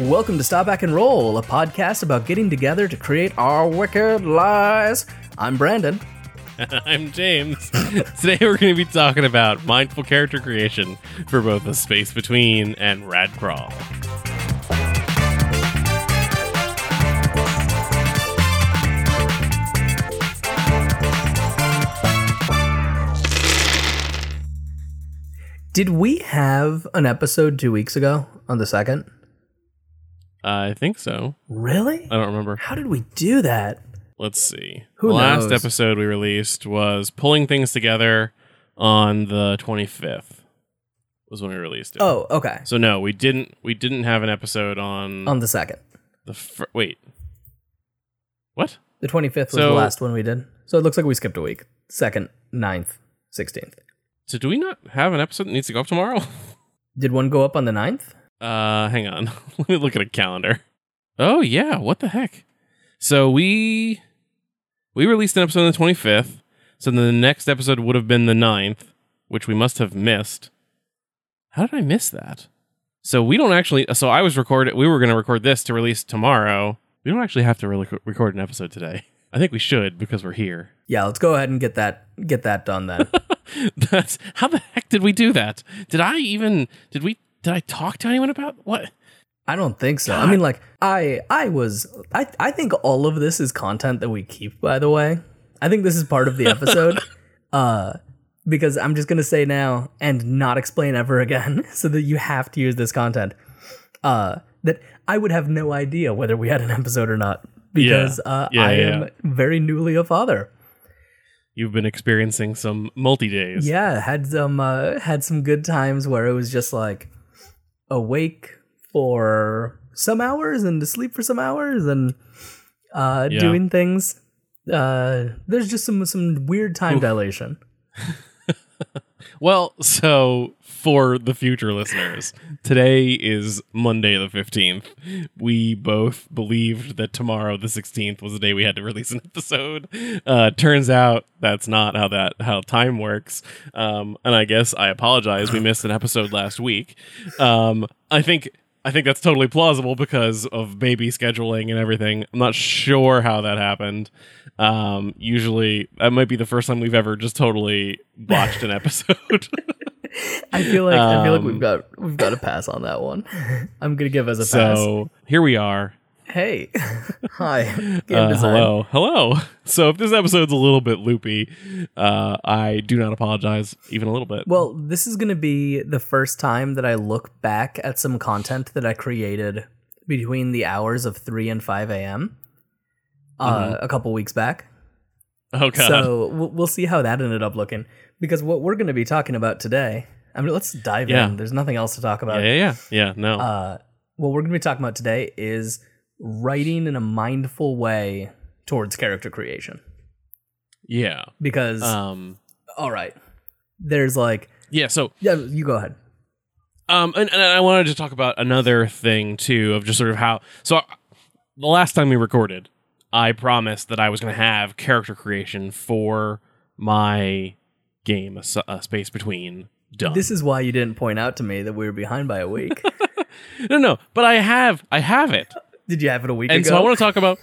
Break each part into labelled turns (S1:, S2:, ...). S1: Welcome to Stop Back and Roll, a podcast about getting together to create our wicked lies. I'm Brandon.
S2: I'm James. Today we're going to be talking about mindful character creation for both The Space Between and Rad Crawl.
S1: Did we have an episode two weeks ago on the second?
S2: Uh, I think so.
S1: Really?
S2: I don't remember.
S1: How did we do that?
S2: Let's see.
S1: Who
S2: the last
S1: knows?
S2: episode we released was Pulling Things Together on the 25th. Was when we released it.
S1: Oh, okay.
S2: So no, we didn't we didn't have an episode on
S1: On the second.
S2: the fir- wait. What?
S1: The 25th was the
S2: So-
S1: last one we did. So it looks like we skipped a week. Second, 9th, 16th.
S2: So do we not have an episode that needs to go up tomorrow?
S1: Did one go up on the 9th?
S2: Uh, hang on. Let me look at a calendar. Oh yeah, what the heck? So we we released an episode on the 25th. So then the next episode would have been the 9th, which we must have missed. How did I miss that? So we don't actually so I was recorded we were going to record this to release tomorrow. We don't actually have to really record an episode today. I think we should because we're here.
S1: Yeah, let's go ahead and get that get that done then.
S2: That's how the heck did we do that? Did I even did we did I talk to anyone about what?
S1: I don't think so. I
S2: God.
S1: mean, like, I I was I I think all of this is content that we keep. By the way, I think this is part of the episode, uh, because I'm just gonna say now and not explain ever again, so that you have to use this content. Uh, that I would have no idea whether we had an episode or not because uh,
S2: Yeah,
S1: I
S2: yeah,
S1: am
S2: yeah.
S1: very newly a father.
S2: You've been experiencing some multi days.
S1: Yeah, had some uh, had some good times where it was just like awake for some hours and asleep for some hours and uh,
S2: Yeah.
S1: doing things. Uh, there's just some some weird time
S2: Oof.
S1: dilation.
S2: Well, so for the future listeners, today is Monday the 15th. We both believed that tomorrow the 16th was the day we had to release an episode. Uh, turns out that's not how that how time works. Um, and I guess I apologize. We missed an episode last week. Um, I think I think that's totally plausible because of baby scheduling and everything. I'm not sure how that happened. Um, usually, that might be the first time we've ever just totally botched an episode.
S1: I feel like I feel like we've
S2: Um,
S1: got we've got to pass on that one. I'm gonna give us a pass.
S2: so here we are.
S1: Hey, hi, game
S2: Uh,
S1: design.
S2: hello, hello. So if this episode's a little bit loopy, uh, I do not apologize even a little bit.
S1: Well, this is going to be the first time that I look back at some content that I created between the hours of 3 and 5 a.m. Uh,
S2: Mm-hmm.
S1: a couple weeks back.
S2: oh god,
S1: So we'll, we'll see how that ended up looking. Because what we're going to be talking about today, I mean, let's dive
S2: Yeah.
S1: in. There's nothing else to talk
S2: yeah,
S1: about.
S2: yeah, yeah, yeah. No,
S1: Uh, what we're going to be talking about today is writing in a mindful way towards character creation.
S2: yeah.
S1: Because,
S2: Um,
S1: all right, there's like,
S2: yeah. So
S1: yeah, you go ahead.
S2: Um, and, and I wanted to talk about another thing too, of just sort of how. So, I- the last time we recorded, I promised that I was going to have character creation for my game, a, Su- A Space Between, done.
S1: This is why you didn't point out to me that we were behind by a week.
S2: no, no, but I have, I have it.
S1: Did you have it a week
S2: and
S1: ago?
S2: so I want to talk about.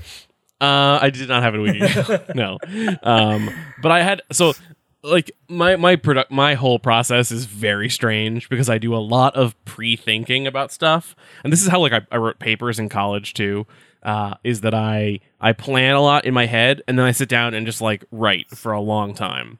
S2: Uh, I did not have it a week ago. no, um, but I had so like my my product my whole process is very strange because I do a lot of pre thinking about stuff, and this is how like I, I wrote papers in college too. Uh, is that I I plan a lot in my head, and then I sit down and just like write for a long time.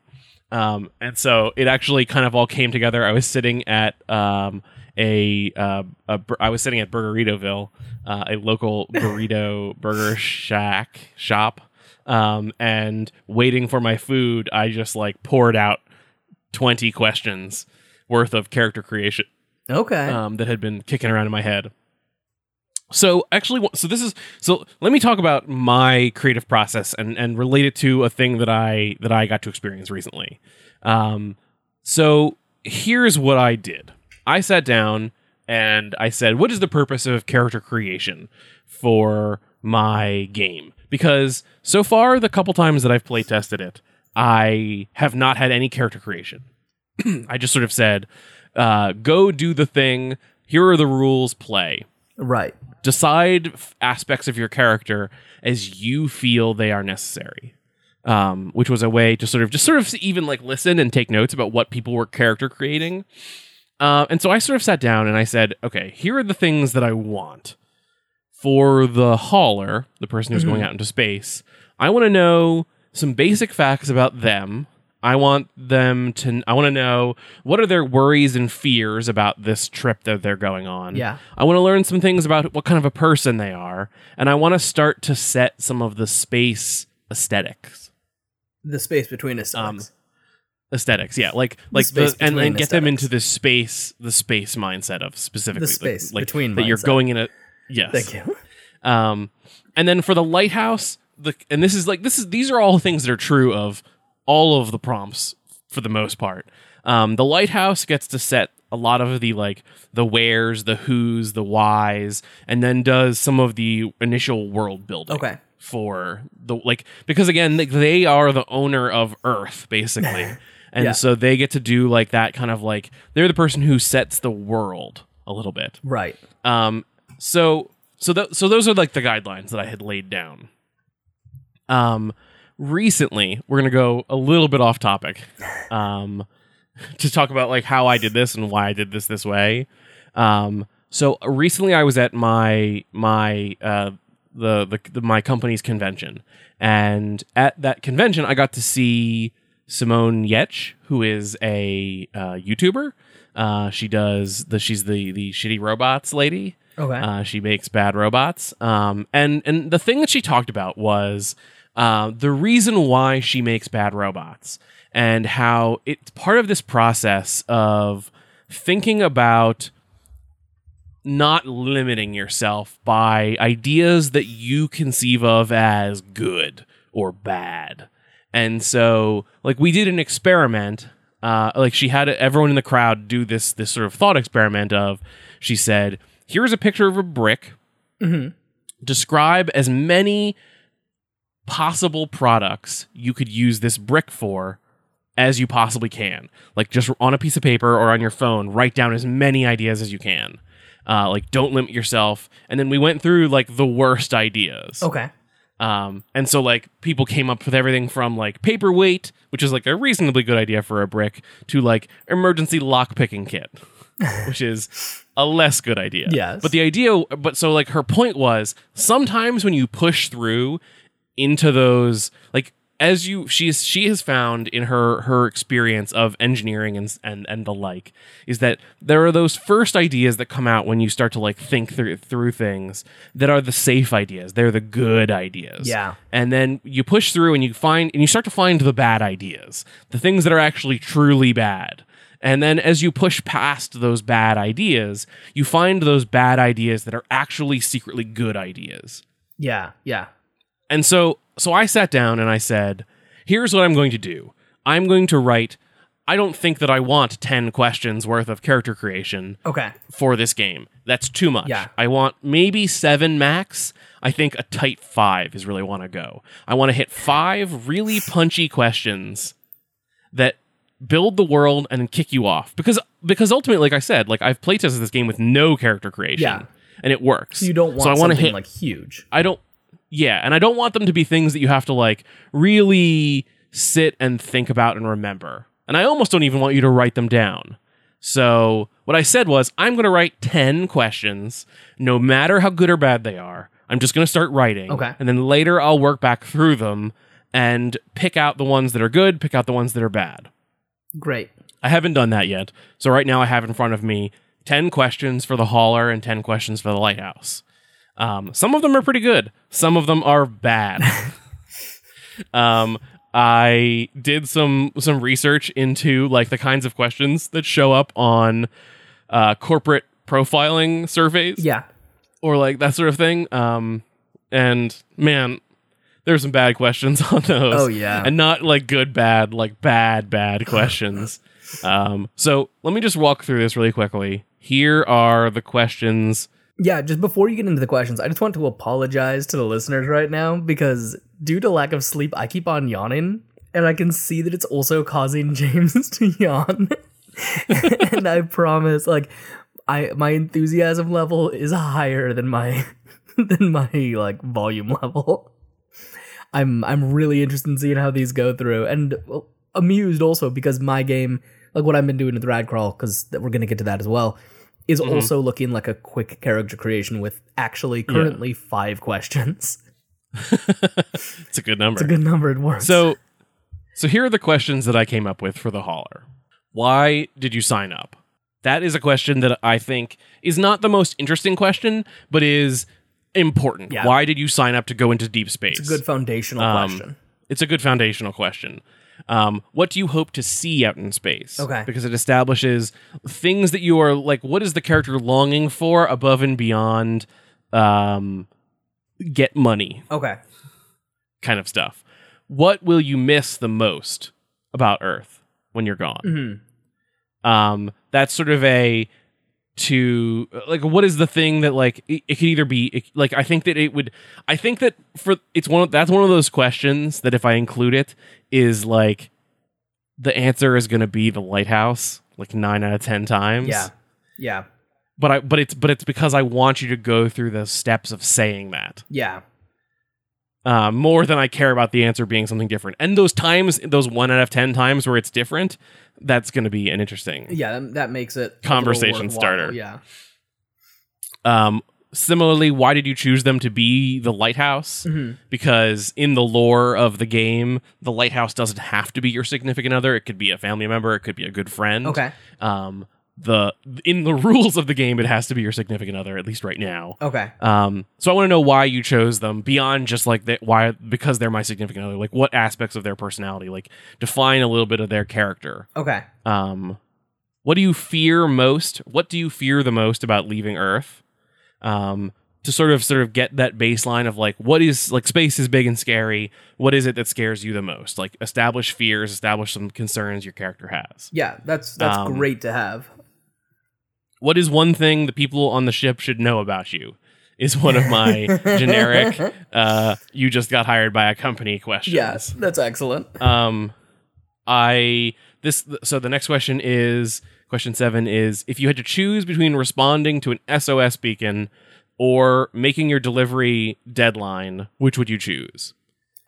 S2: Um, and so it actually kind of all came together. I was sitting at um, a, uh, a bur- I was sitting at Burgeritoville, uh, a local burrito burger shack shop, um, and waiting for my food. I just like poured out twenty questions worth of character creation
S1: okay.
S2: um, that had been kicking around in my head. So actually, so this is so. Let me talk about my creative process and and relate it to a thing that I that I got to experience recently. Um, so here's what I did. I sat down and I said, "What is the purpose of character creation for my game?" Because so far, the couple times that I've play tested it, I have not had any character creation. I just sort of said, uh, go do the thing. Here are the rules. Play.
S1: Right.
S2: decide f- aspects of your character as you feel they are necessary um, which was a way to sort of just sort of even like listen and take notes about what people were character creating uh, and so i sort of sat down and i said okay here are the things that i want for the hauler the person who's going out into space i want to know some basic facts about them i want them to i want to know what are their worries and fears about this trip that they're going on
S1: Yeah.
S2: I want to learn some things about what kind of a person they are, and I want to start to set some of the space aesthetics.
S1: The space between us.
S2: Um,
S1: sucks.
S2: Aesthetics, yeah, like like
S1: space
S2: the, and,
S1: between
S2: and get them
S1: aesthetics.
S2: into the space, the space mindset of specifically
S1: space
S2: like, like
S1: between
S2: that you're
S1: mindset.
S2: going in a yes,
S1: Thank you.
S2: Um, and then for the lighthouse, the and this is like this is these are all things that are true of all of the prompts for the most part. Um, the lighthouse gets to set a lot of the like the wheres, the who's, the whys, and then does some of the initial world building.
S1: Okay.
S2: For the like because again like, they are the owner of Earth basically. And
S1: Yeah.
S2: so they get to do like that kind of like they're the person who sets the world a little bit.
S1: Right.
S2: Um, so so th- so those are like the guidelines that I had laid down. Um, recently we're gonna go a little bit off topic, um, to talk about like how I did this and why I did this this way. Um, so recently I was at my my uh the, the, the my company's convention, and at that convention I got to see Simone Yetch, who is a uh, YouTuber. Uh, she does the she's the the shitty robots lady.
S1: Okay.
S2: Uh, she makes bad robots. Um, and and the thing that she talked about was uh, the reason why she makes bad robots and how it's part of this process of thinking about not limiting yourself by ideas that you conceive of as good or bad. And so, like we did an experiment, uh, like she had everyone in the crowd do this this sort of thought experiment of, she said, "Here's a picture of a brick. Describe as many possible products you could use this brick for." As you possibly can, like just on a piece of paper or on your phone, write down as many ideas as you can. Uh, like, don't limit yourself. And then we went through like the worst ideas.
S1: okay.
S2: Um, and so like people came up with everything from like paperweight, which is like a reasonably good idea for a brick, to like emergency lock picking kit, which is a less good idea.
S1: Yes.
S2: But the idea, but so like her point was sometimes when you push through into those like as you she's she has found in her her experience of engineering and and and the like is that there are those first ideas that come out when you start to like think through through things that are the safe ideas they're the good ideas
S1: Yeah.
S2: and then you push through and you find and you start to find the bad ideas the things that are actually truly bad and then as you push past those bad ideas you find those bad ideas that are actually secretly good ideas
S1: Yeah. Yeah.
S2: and so so I sat down and I said, here's what I'm going to do. I'm going to write I don't think that I want 10 questions worth of character creation
S1: Okay.
S2: for this game. That's too much.
S1: Yeah.
S2: I want maybe 7 max. I think a tight 5 is really want to go. I want to hit 5 really punchy questions that build the world and kick you off because because ultimately like I said, like I've playtested this game with no character creation
S1: Yeah.
S2: and it works.
S1: You don't want
S2: so I wanna
S1: something
S2: hit
S1: like huge.
S2: I don't yeah, and I don't want them to be things that you have to like really sit and think about and remember. And I almost don't even want you to write them down. So, what I said was I'm going to write 10 questions no matter how good or bad they are. I'm just going to start writing.
S1: Okay.
S2: And then later I'll work back through them and pick out the ones that are good, pick out the ones that are bad.
S1: Great.
S2: I haven't done that yet. So right now I have in front of me 10 questions for the hauler and 10 questions for the lighthouse. Um, some of them are pretty good. Some of them are bad. um, I did some some research into like the kinds of questions that show up on uh, corporate profiling surveys
S1: Yeah.
S2: or like that sort of thing. Um, and man, there's some bad questions on those.
S1: Oh, yeah.
S2: and not like good bad, like bad bad questions. um, so let me just walk through this really quickly. Here are the questions.
S1: Yeah, just before you get into the questions, I just want to apologize to the listeners right now because due to lack of sleep, I keep on yawning and I can see that it's also causing James to yawn. and I promise, like, I my enthusiasm level is higher than my than my like volume level. I'm I'm really interested in seeing how these go through and well, amused also because my game like what I've been doing with Rad Crawl because we're gonna get to that as well is
S2: Mhm.
S1: also looking like a quick character creation with actually
S2: Yeah.
S1: currently five questions.
S2: it's a good number.
S1: It's a good number. It works.
S2: so, so here are the questions that I came up with for the hauler. Why did you sign up? That is a question that I think is not the most interesting question, but is important.
S1: Yeah.
S2: Why did you sign up to go into deep space?
S1: it's a good foundational
S2: Um,
S1: question.
S2: it's a good foundational question. Um, what do you hope to see out in space?
S1: Okay.
S2: Because it establishes things that you are like, what is the character longing for above and beyond um, get money
S1: Okay.
S2: kind of stuff? What will you miss the most about Earth when you're gone?
S1: hmm
S2: um that's sort of a to like what is the thing that like it, it could either be it, like i think that it would i think that for it's one of that's one of those questions that if i include it is like the answer is going to be the lighthouse like 9 out of 10 times
S1: Yeah. Yeah.
S2: but i but it's but it's because i want you to go through the steps of saying that
S1: Yeah.
S2: uh, more than I care about the answer being something different. And those times, those one out of ten times where it's different, that's going to be an interesting
S1: Yeah. That, that makes it a
S2: Conversation
S1: little
S2: starter.
S1: worthwhile, Yeah.
S2: Um, similarly, why did you choose them to be the lighthouse?
S1: Mhm.
S2: Because in the lore of the game, the lighthouse doesn't have to be your significant other. It could be a family member. It could be a good friend.
S1: Okay.
S2: Um, the in the rules of the game, it has to be your significant other at least right now.
S1: Okay.
S2: Um, so I want to know why you chose them beyond just like that. Why because they're my significant other. Like what aspects of their personality? Like define a little bit of their character.
S1: Okay.
S2: Um, what do you fear most? What do you fear the most about leaving Earth? Um, to sort of sort of get that baseline of like what is like space is big and scary. What is it that scares you the most? Like establish fears, establish some concerns your character has.
S1: Yeah. That's that's
S2: Um,
S1: great to have.
S2: What is one thing the people on the ship should know about you? Is one of my generic uh you just got hired by a company questions.
S1: Yes. That's excellent.
S2: Um, I this so the next question is question seven is if you had to choose between responding to an SOS beacon or making your delivery deadline, which would you choose?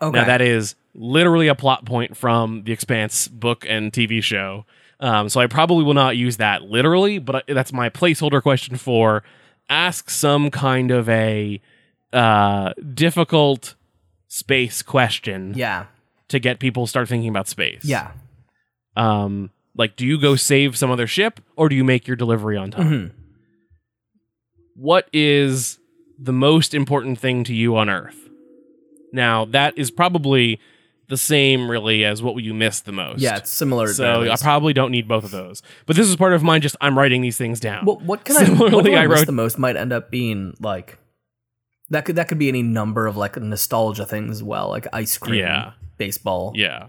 S1: Okay.
S2: Now that is literally a plot point from the Expanse book and TV show. Um, so I probably will not use that literally, but I- that's my placeholder question for ask some kind of a uh, difficult space question
S1: yeah.
S2: to get people to start thinking about space.
S1: Yeah.
S2: Um, like, do you go save some other ship or do you make your delivery on time?
S1: Mhm.
S2: What is the most important thing to you on Earth? Now, that is probably the same, really, as what will you miss the most.
S1: Yeah. It's similar.
S2: So I probably don't need both of those. But this is part of mine. Just I'm writing these things down.
S1: what, what can I? What
S2: Similarly,
S1: do I,
S2: I
S1: miss
S2: wrote-
S1: the most might end up being like that. Could that could be any number of like nostalgia things as well, like ice cream,
S2: Yeah.
S1: baseball.
S2: yeah,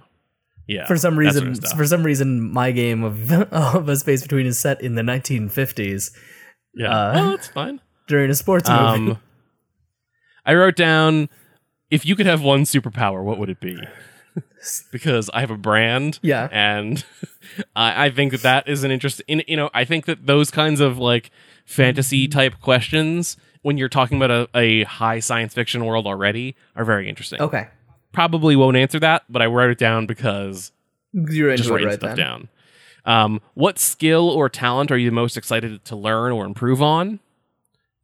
S2: yeah.
S1: For some
S2: that sort of
S1: reason,
S2: stuff.
S1: for some reason, my game of of a space between is set in the 1950s
S2: yeah,
S1: uh,
S2: well, that's fine.
S1: during a sports movie.
S2: Um, I wrote down if you could have one superpower, what would it be? because I have a brand,
S1: Yeah.
S2: and I, I think that that is an interest. In you know, I think that those kinds of like fantasy type questions, when you're talking about a, a high science fiction world already, are very interesting.
S1: Okay,
S2: Probably won't answer that, but I wrote it down because
S1: you're into
S2: just
S1: it
S2: writing
S1: right
S2: stuff
S1: then.
S2: down. Um, what skill or talent are you most excited to learn or improve on?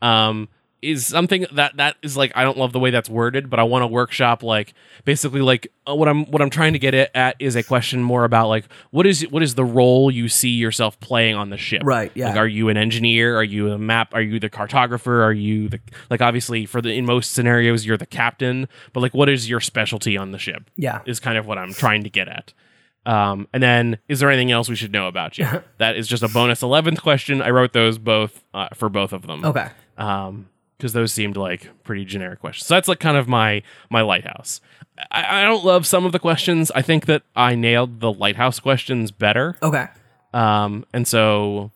S2: Um, is something that that is like I don't love the way that's worded, but I want to workshop like basically like uh, what I'm what I'm trying to get it at is a question more about like what is what is the role you see yourself playing on the ship?
S1: Right, yeah.
S2: Like, are you an engineer? Are you a map? Are you the cartographer? Are you the like obviously for the in most scenarios you're the captain, but like what is your specialty on the ship?
S1: Yeah,
S2: is kind of what I'm trying to get at. Um, and then, is there anything else we should know about you? that is just a bonus eleventh question. I wrote those both uh, for both of them.
S1: okay,
S2: Um, because those seemed like pretty generic questions. So that's like kind of my my lighthouse. I, I don't love some of the questions. I think that I nailed the lighthouse questions better.
S1: okay,
S2: Um, and so,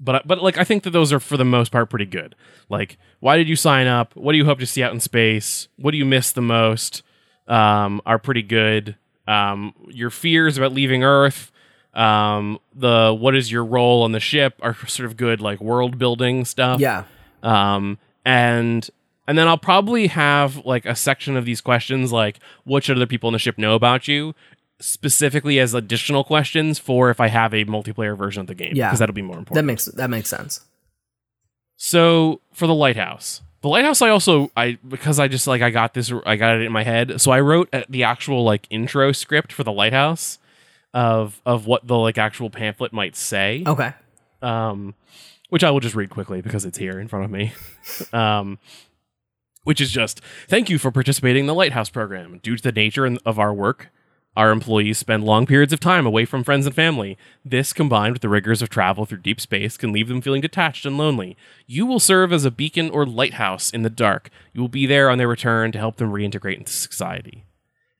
S2: but but like I think that those are for the most part pretty good. Like, why did you sign up? What do you hope to see out in space? What do you miss the most? Um, are pretty good. Um, your fears about leaving Earth. Um, the what is your role on the ship are sort of good like world building stuff.
S1: Yeah.
S2: Um, and and then I'll probably have like a section of these questions like what should other people on the ship know about you specifically as additional questions for if I have a multiplayer version of the game
S1: Yeah.
S2: because that'll be more important.
S1: That makes that makes sense.
S2: So for the lighthouse, the lighthouse, I also I because I just like I got this I got it in my head. So I wrote uh, the actual like intro script for the lighthouse of of what the like actual pamphlet might say,
S1: Okay.
S2: um, which I will just read quickly because it's here in front of me. um, which is just thank you for participating in the lighthouse program. Due to the nature and- of our work. Our employees spend long periods of time away from friends and family. This, combined with the rigors of travel through deep space, can leave them feeling detached and lonely. You will serve as a beacon or lighthouse in the dark. You will be there on their return to help them reintegrate into society.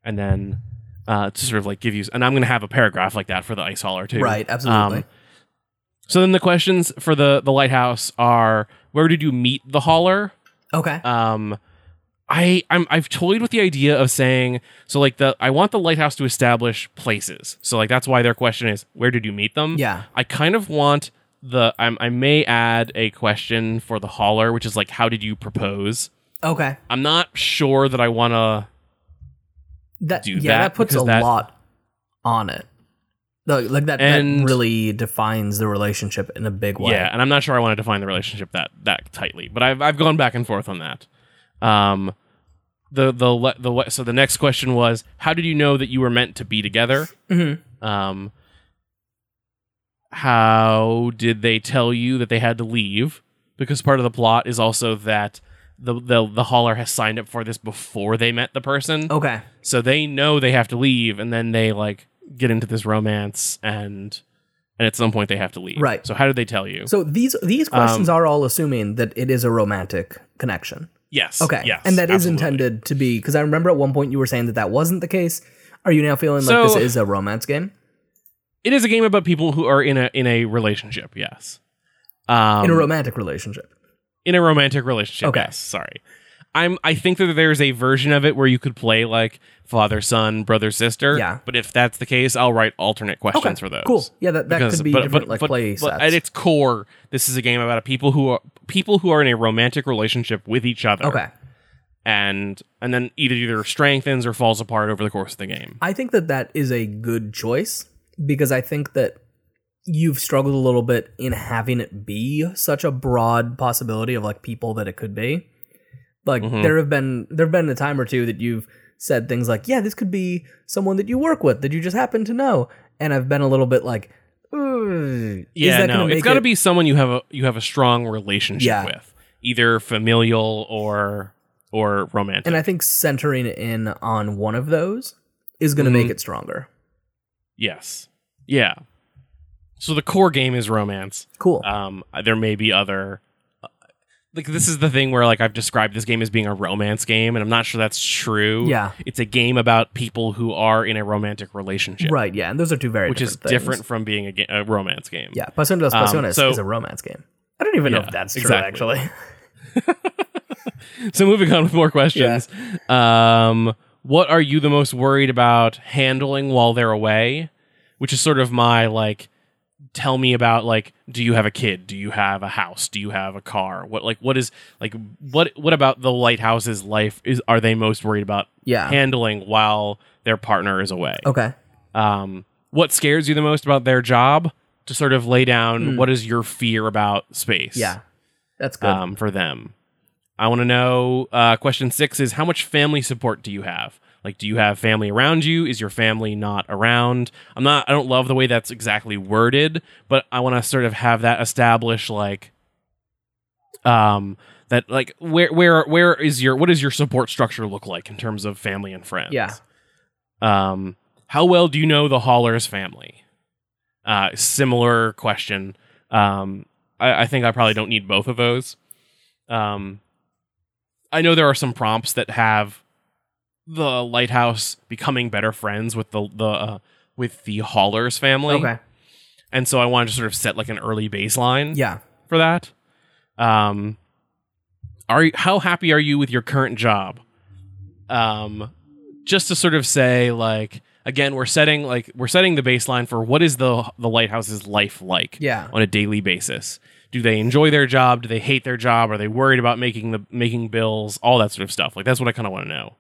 S2: And then uh, to sort of like give you, and I'm going to have a paragraph like that for the ice hauler too. Um,
S1: Right, absolutely.
S2: so then the questions for the the lighthouse are: Where did you meet the hauler?
S1: Okay.
S2: um I I'm I've toyed with the idea of saying so like the I want the lighthouse to establish places. So like that's why their question is where did you meet them?
S1: Yeah.
S2: I kind of want the I'm, I may add a question for the hauler which is like how did you propose?
S1: okay.
S2: I'm not sure that I want to
S1: That
S2: do
S1: yeah,
S2: that
S1: that, puts a
S2: because that-
S1: lot on it. Like, like that,
S2: And-
S1: that really defines the relationship in a big way.
S2: Yeah, and I'm not sure I want to define the relationship that that tightly, but I've I've gone back and forth on that. Um, the the le- the le- so the next question was how did you know that you were meant to be together?
S1: Mm-hmm.
S2: Um, how did they tell you that they had to leave? Because part of the plot is also that the the the hauler has signed up for this before they met the person,
S1: Okay.
S2: so they know they have to leave, and then they like get into this romance and. And at some point they have to leave.
S1: Right.
S2: So how did they tell you?
S1: So these these questions
S2: Um,
S1: are all assuming that it is a romantic connection.
S2: Yes.
S1: Okay.
S2: Yes.
S1: and that is
S2: absolutely.
S1: intended to be because I remember at one point you were saying that that wasn't the case. Are you now feeling like
S2: So-
S1: this is a romance game
S2: It is a game about people who are in a in a relationship. Yes. Um,
S1: in a romantic relationship?
S2: in a romantic relationship.
S1: Okay.
S2: Yes. Sorry. I'm. I think that there's a version of it where you could play like father, son, brother, sister.
S1: Yeah.
S2: But if that's the case, I'll write alternate questions
S1: Okay.
S2: for those.
S1: Cool. Yeah, that, that
S2: Because-
S1: could be
S2: but-
S1: different
S2: but-
S1: like
S2: but-
S1: play
S2: but
S1: sets.
S2: at its core, this is a game about a people who are people who are in a romantic relationship with each other.
S1: okay.
S2: And and then either either strengthens or falls apart over the course of the game.
S1: I think that that is a good choice because I think that you've struggled a little bit in having it be such a broad possibility of like people that it could be. Like
S2: Mhm.
S1: there have been there have been a time or two that you've said things like, "Yeah, this could be someone that you work with that you just happen to know," and I've been a little bit like, "Ooh, is
S2: Yeah,
S1: that
S2: no,
S1: gonna
S2: it's
S1: make
S2: got to
S1: it-
S2: be someone you have a you have a strong relationship
S1: Yeah.
S2: with, either familial or or romantic.
S1: And I think centering in on one of those is going to
S2: Mm-hmm.
S1: make it stronger.
S2: yes, yeah. So the core game is romance.
S1: Cool.
S2: Um, there may be other. uh, Like this is the thing where like I've described this game as being a romance game, and I'm not sure that's true.
S1: Yeah.
S2: it's a game about people who are in a romantic relationship,
S1: right. Yeah. And those are two very
S2: which is
S1: different things.
S2: different from being a, ga- a romance game.
S1: Yeah, Pasión de las
S2: Um,
S1: Pasiones
S2: so-
S1: is a romance game. I don't even know
S2: Yeah,
S1: if that's true,
S2: exactly.
S1: actually.
S2: So moving on with more questions. Um, what are you the most worried about handling while they're away? Which is sort of my like, tell me about like, do you have a kid? Do you have a house? Do you have a car? What like what is like what what about the lighthouse's life is are they most worried about
S1: Yeah.
S2: handling while their partner is away?
S1: okay.
S2: Um, what scares you the most about their job? To sort of lay down what is your fear about space?
S1: Hmm. Yeah. That's good.
S2: um, for them. I want to know. Uh, question six is how much family support do you have? Like, do you have family around you? Is your family not around? I'm not. I don't love the way that's exactly worded, but I want to sort of have that established. Like, um, that like where where where is your what does your support structure look like in terms of family and friends?
S1: Yeah.
S2: Um, how well do you know the hauler's family? Uh, similar question. Um, I, I think I probably don't need both of those. Um, I know there are some prompts that have the lighthouse becoming better friends with the the uh, with the hauler's family,
S1: okay.
S2: and so I wanted to sort of set like an early baseline
S1: Yeah.
S2: for that. Um, are you, how happy are you with your current job? Um, just to sort of say like again we're setting like we're setting the baseline for what is the the lighthouse's life like
S1: Yeah.
S2: on a daily basis do they enjoy their job do they hate their job are they worried about making the making bills all that sort of stuff like that's what i kind of want to know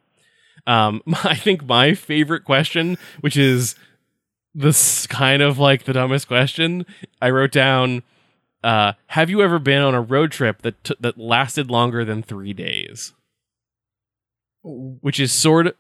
S2: um i think my favorite question which is this kind of like the dumbest question i wrote down uh have you ever been on a road trip that t- that lasted longer than 3 days which is sort of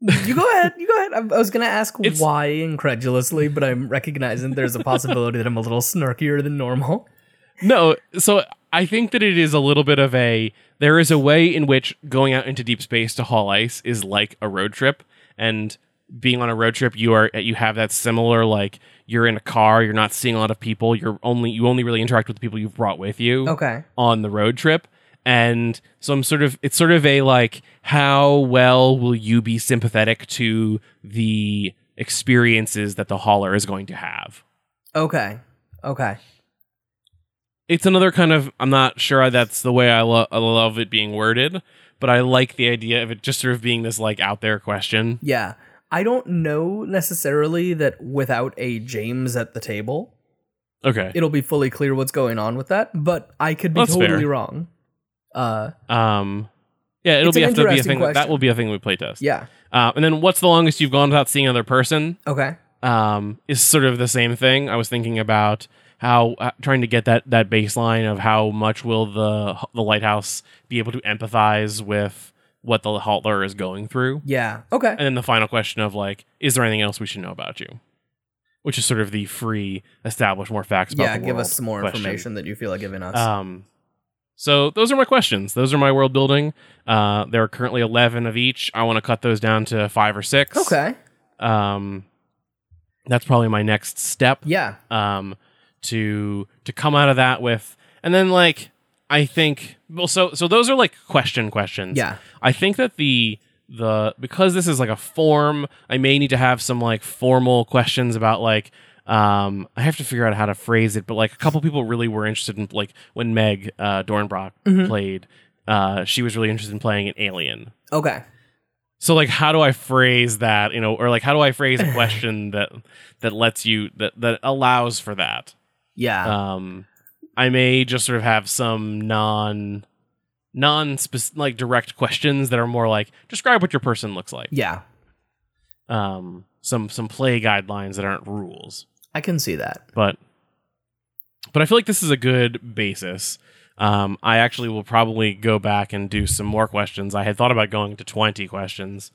S1: You go ahead. You go ahead. I, I was gonna ask
S2: It's-
S1: why incredulously, but I'm recognizing there's a possibility that I'm a little snarkier than normal.
S2: No, so I think that it is a little bit of a there is a way in which going out into deep space to haul ice is like a road trip and being on a road trip you are you have that similar like you're in a car, you're not seeing a lot of people, you're only you only really interact with the people you've brought with you
S1: Okay.
S2: on the road trip. And so I'm sort of it's sort of a like how well will you be sympathetic to the experiences that the hauler is going to have?
S1: Okay. Okay.
S2: it's another kind of I'm not sure that's the way I, lo- I love it being worded, but I like the idea of it just sort of being this like out there question.
S1: Yeah. I don't know necessarily that without a James at the table,
S2: Okay.
S1: it'll be fully clear what's going on with that, but I could be
S2: That's
S1: totally
S2: fair.
S1: wrong. Uh
S2: Um yeah, it'll
S1: It's
S2: be,
S1: an
S2: have to be a
S1: interesting
S2: thing that, that
S1: question.
S2: will be a thing we playtest.
S1: yeah.
S2: Uh, and then what's the longest you've gone without seeing another person?
S1: Okay.
S2: um, is sort of the same thing. I was thinking about how uh, trying to get that that baseline of how much will the the lighthouse be able to empathize with what the halter is going through,
S1: Yeah. Okay.
S2: and then the final question of like, is there anything else we should know about you? Which is sort of the free establish more facts. About
S1: yeah,
S2: the
S1: give us
S2: world
S1: some more
S2: question.
S1: information that you feel like giving us.
S2: Um, so those are my questions. Those are my world building. Uh, there are currently eleven of each. I want to cut those down to five or six.
S1: okay.
S2: Um, that's probably my next step
S1: Yeah.
S2: um to to come out of that with and then like i think well so so those are like question questions
S1: Yeah.
S2: i think that the the because this is like a form i may need to have some like formal questions about like um i have to figure out how to phrase it but like a couple people really were interested in like when meg uh dornbrock played uh she was really interested in playing an alien
S1: Okay.
S2: so like how do i phrase that you know or like how do i phrase a question that that lets you that that allows for that
S1: Yeah.
S2: um i may just sort of have some non non like direct questions that are more like describe what your person looks like
S1: yeah.
S2: um some some play guidelines that aren't rules
S1: I can see that.
S2: but but i feel like this is a good basis um i actually will probably go back and do some more questions i had thought about going to 20 questions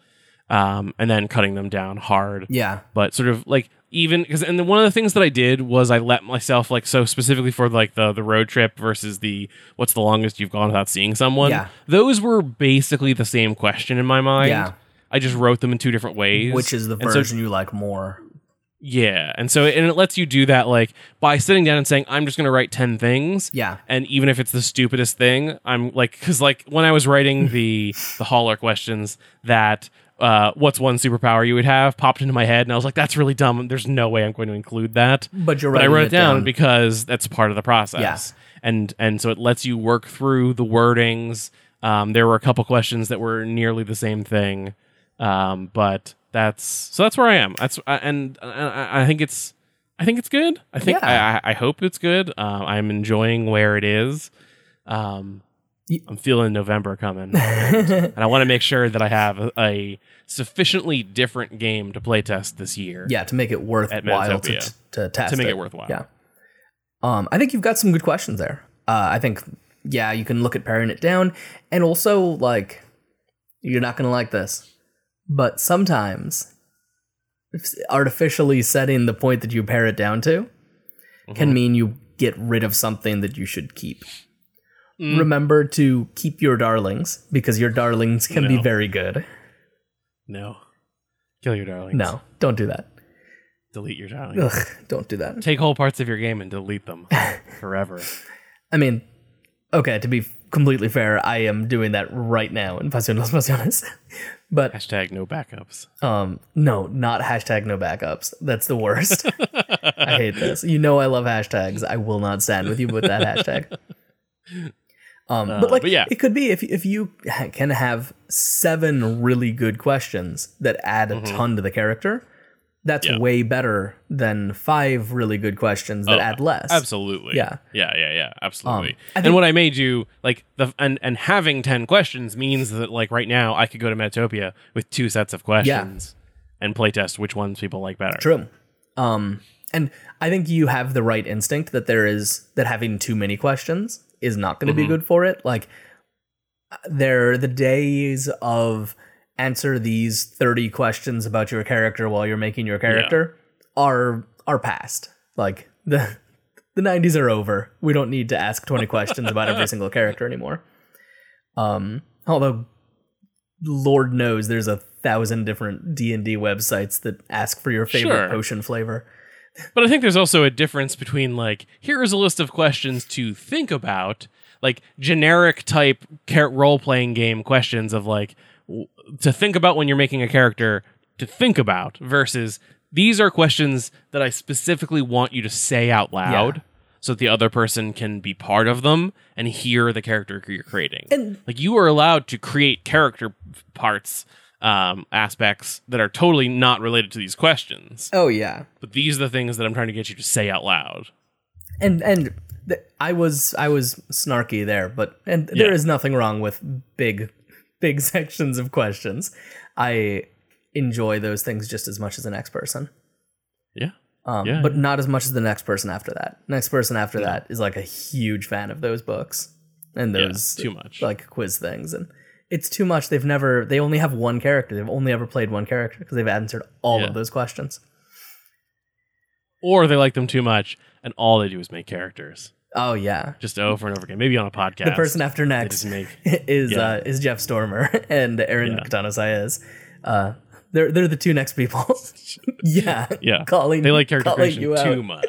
S2: um and then cutting them down hard
S1: Yeah.
S2: but sort of like even because and then one of the things that I did was I let myself like so specifically for like the the road trip versus the what's the longest you've gone without seeing someone.
S1: Yeah.
S2: Those were basically the same question in my mind.
S1: Yeah.
S2: I just wrote them in two different ways.
S1: Which is the
S2: And so-
S1: version you like more?
S2: yeah. And so and it lets you do that like by sitting down and saying I'm just going to write 10 things
S1: Yeah.
S2: and even if it's the stupidest thing i'm like because like when i was writing the the hauler questions that uh, what's one superpower you would have popped into my head and i was like that's really dumb there's no way i'm going to include that
S1: But you're
S2: but i
S1: writing
S2: wrote it down,
S1: down.
S2: because that's part of the process and and so it lets you work through the wordings um, there were a couple questions that were nearly the same thing um, but that's so that's where i am that's I- and I- I, I think it's I think it's good. I think
S1: Yeah.
S2: I, I, I hope it's good. Uh, I'm enjoying where it is. Um,
S1: Ye-
S2: I'm feeling November coming, and I want to make sure that I have a, a sufficiently different game to play test this year.
S1: yeah, to make it worthwhile to,
S2: Manitopia.
S1: to test
S2: to make it worthwhile.
S1: Yeah. Um, I think you've got some good questions there. Uh, I think, yeah, you can look at paring it down. And also, like, you're not going to like this, but sometimes artificially setting the point that you pare it down to can mean you get rid of something that you should keep.
S2: Mm.
S1: Remember to keep your darlings because your darlings can be
S2: No.
S1: very good.
S2: No, kill your darlings.
S1: No, don't do that.
S2: delete your darlings.
S1: Ugh, don't do that.
S2: Take whole parts of your game and delete them forever.
S1: I mean, okay, to be completely fair, I am doing that right now in Pasión de las Pasiones. But
S2: Hashtag no backups.
S1: um, no, not hashtag no backups. That's the worst. I hate this. You know I love hashtags. I will not stand with you with that hashtag. Um,
S2: Uh,
S1: but like,
S2: but yeah.
S1: it could be if if you can have seven really good questions that add a ton to the character. That's
S2: Mm-hmm. Yeah.
S1: way better than five really good questions that
S2: Oh,
S1: add less.
S2: Absolutely.
S1: Yeah.
S2: Yeah. Yeah. Yeah. Absolutely.
S1: Um, I
S2: and
S1: think-
S2: what I made you like the and and having ten questions means that like right now I could go to Metatopia with two sets of questions and playtest which ones people like better.
S1: True. Um, and I think you have the right instinct that there is that having too many questions is not going to be good for it. Like uh, there are the days of answer these 30 questions about your character while you're making your character are are past. Like the the 90s are over. We don't need to ask 20 questions about every single character anymore. Um although lord knows there's a thousand different D&D websites that ask for your favorite
S2: Sure.
S1: potion flavor.
S2: But I think there's also a difference between like here is a list of questions to think about, like generic type role playing game questions of like w- to think about when you're making a character to think about versus these are questions that I specifically want you to say out loud so that the other person can be part of them and hear the character you're creating.
S1: And-
S2: like you are allowed to create character parts um aspects that are totally not related to these questions
S1: Oh yeah.
S2: but these are the things that I'm trying to get you to say out loud.
S1: and and th- I was I was snarky there, but and there is
S2: Yeah.
S1: nothing wrong with big big sections of questions. I enjoy those things just as much as the next person,
S2: Yeah.
S1: um,
S2: Yeah,
S1: but not as much as the next person after that. Next person after that is like a huge fan of those books and
S2: Yeah,
S1: those
S2: too much.
S1: like quiz things and. It's too much. They've never. They only have one character. They've only ever played one character because they've answered all
S2: Yeah.
S1: of those questions.
S2: Or they like them too much and all they do is make characters
S1: Oh yeah,
S2: just over and over again, maybe on a podcast.
S1: the person after
S2: they
S1: next.
S2: just make
S1: is
S2: Yeah.
S1: uh, is Jeff Stormer and Aaron
S2: Yeah.
S1: Catano Saez. Uh, they're they're the two next people. yeah,
S2: yeah.
S1: Calling
S2: They like character
S1: calling
S2: creation
S1: you out.
S2: too much.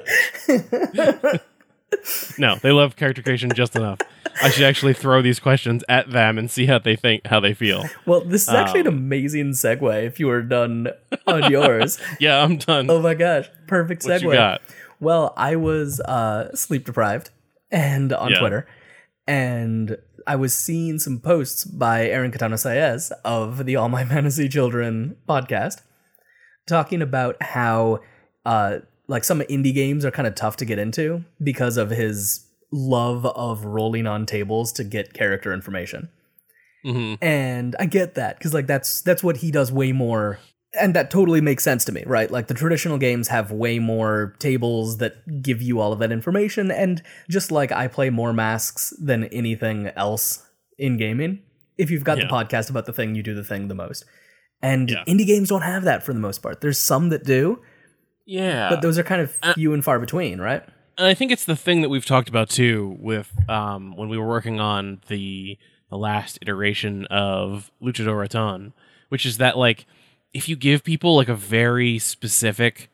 S2: no, they love character creation just enough. I should actually throw these questions at them and see how they think, how they feel.
S1: Well, this is actually
S2: Um,
S1: an amazing segue. If you were done on yours,
S2: Yeah, I'm done.
S1: oh my gosh, perfect segue.
S2: what you got?
S1: Well, I was uh, sleep deprived and on
S2: Yeah.
S1: Twitter, and I was seeing some posts by Aaron Catano Saez of the All My Fantasy Children podcast talking about how uh, like some indie games are kind of tough to get into because of his love of rolling on tables to get character information
S2: Mhm.
S1: and I get that because like that's that's what he does way more, and that totally makes sense to me, right? Like the traditional games have way more tables that give you all of that information, and just like I play more masks than anything else in gaming. If you've got
S2: Yeah.
S1: the podcast about the thing, you do the thing the most. And
S2: Yeah.
S1: indie games don't have that for the most part. There's some that do,
S2: Yeah.
S1: but those are kind of
S2: uh,
S1: few and far between, right?
S2: and I think it's the thing that we've talked about too with um, when we were working on the the last iteration of Luchador Raton, which is that like if you give people like a very specific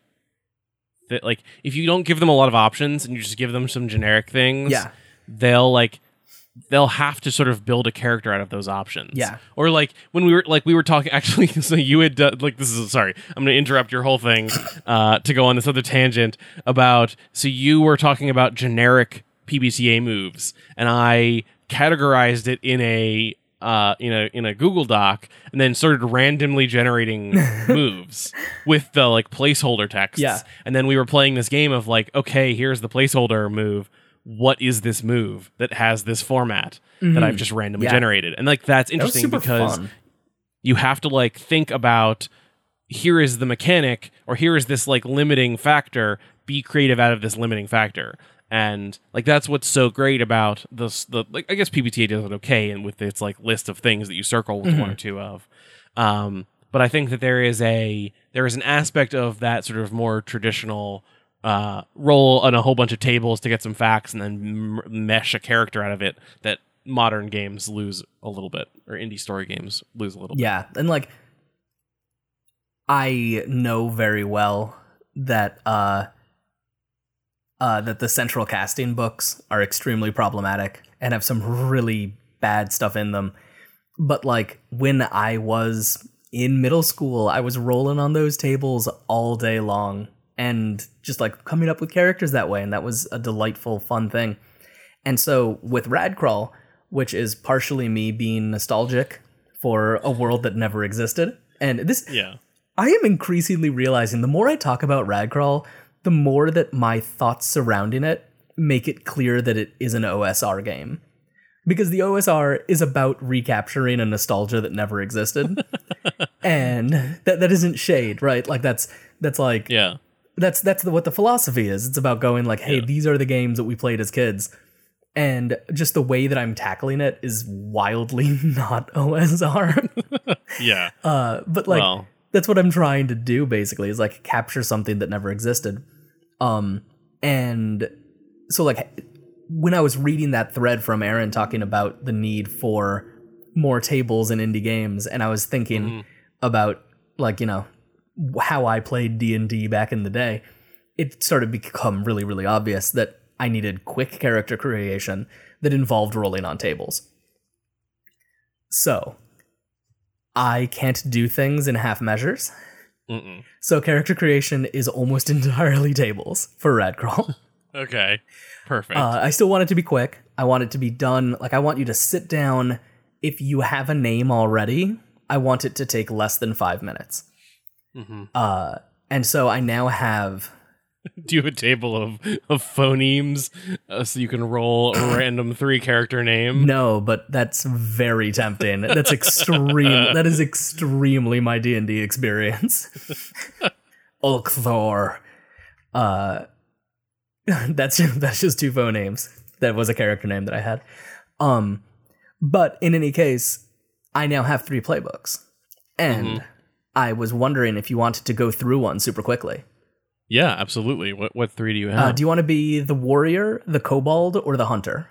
S2: that like if you don't give them a lot of options and you just give them some generic things,
S1: Yeah.
S2: they'll like they'll have to sort of build a character out of those options.
S1: Yeah.
S2: Or like when we were like we were talking actually so you had done, like this is sorry, I'm going to interrupt your whole thing uh to go on this other tangent about so you were talking about generic PBTA moves and I categorized it in a uh, in a in a Google Doc, and then started randomly generating moves with the like placeholder texts.
S1: Yeah.
S2: And then we were playing this game of like, okay, here's the placeholder move. What is this move that has this format that I've just randomly
S1: Mm-hmm. Yeah.
S2: generated? And like that's
S1: That was
S2: interesting
S1: super
S2: because
S1: fun.
S2: you have to like think about here is the mechanic or here is this like limiting factor be creative out of this limiting factor and like that's what's so great about this the like i guess pbta does it okay and with its like list of things that you circle with one or two of um but i think that there is a there is an aspect of that sort of more traditional uh roll on a whole bunch of tables to get some facts and then m- mesh a character out of it that modern games lose a little bit or indie story games lose a little bit
S1: Yeah, and like I know very well that uh uh that the central casting books are extremely problematic and have some really bad stuff in them. But like when I was in middle school, I was rolling on those tables all day long and just like coming up with characters that way and that was a delightful fun thing. And so with Radcrawl, which is partially me being nostalgic for a world that never existed. And this,
S2: Yeah.
S1: I am increasingly realizing the more I talk about Radcrawl, the more that my thoughts surrounding it make it clear that it is an OSR game. Because the OSR is about recapturing a nostalgia that never existed. and that that isn't shade, right? Like that's that's like
S2: Yeah.
S1: that's that's the, what the philosophy is. It's about going like, hey, these are the games that we played as kids, and just the way that I'm tackling it is wildly not OSR.
S2: Yeah.
S1: uh, but like
S2: well,
S1: that's what I'm trying to do basically is like capture something that never existed. Um, and so like when I was reading that thread from Aaron talking about the need for more tables in indie games, and I was thinking about like you know how I played D and D back in the day, it started to become really really obvious that I needed quick character creation that involved rolling on tables. So I can't do things in half measures.
S2: mm-mm.
S1: So character creation is almost entirely tables for Radcrawl.
S2: okay. Perfect.
S1: Uh, I still want it to be quick. I want it to be done. Like I want you to sit down. If you have a name already, I want it to take less than five minutes.
S2: Mhm.
S1: Uh, and so I now have.
S2: Do you have a table of, of phonemes uh, so you can roll a random three character name?
S1: No, but that's very tempting. That's extreme. that is extremely my D and D experience. Ulkthor. Uh, that's that's just two phone names. That was a character name that I had. Um, but in any case, I now have three playbooks, and I was wondering if you wanted to go through one super quickly.
S2: Yeah, absolutely. What what three do you
S1: Uh,
S2: have?
S1: do you want to be the warrior, the kobold, or the hunter?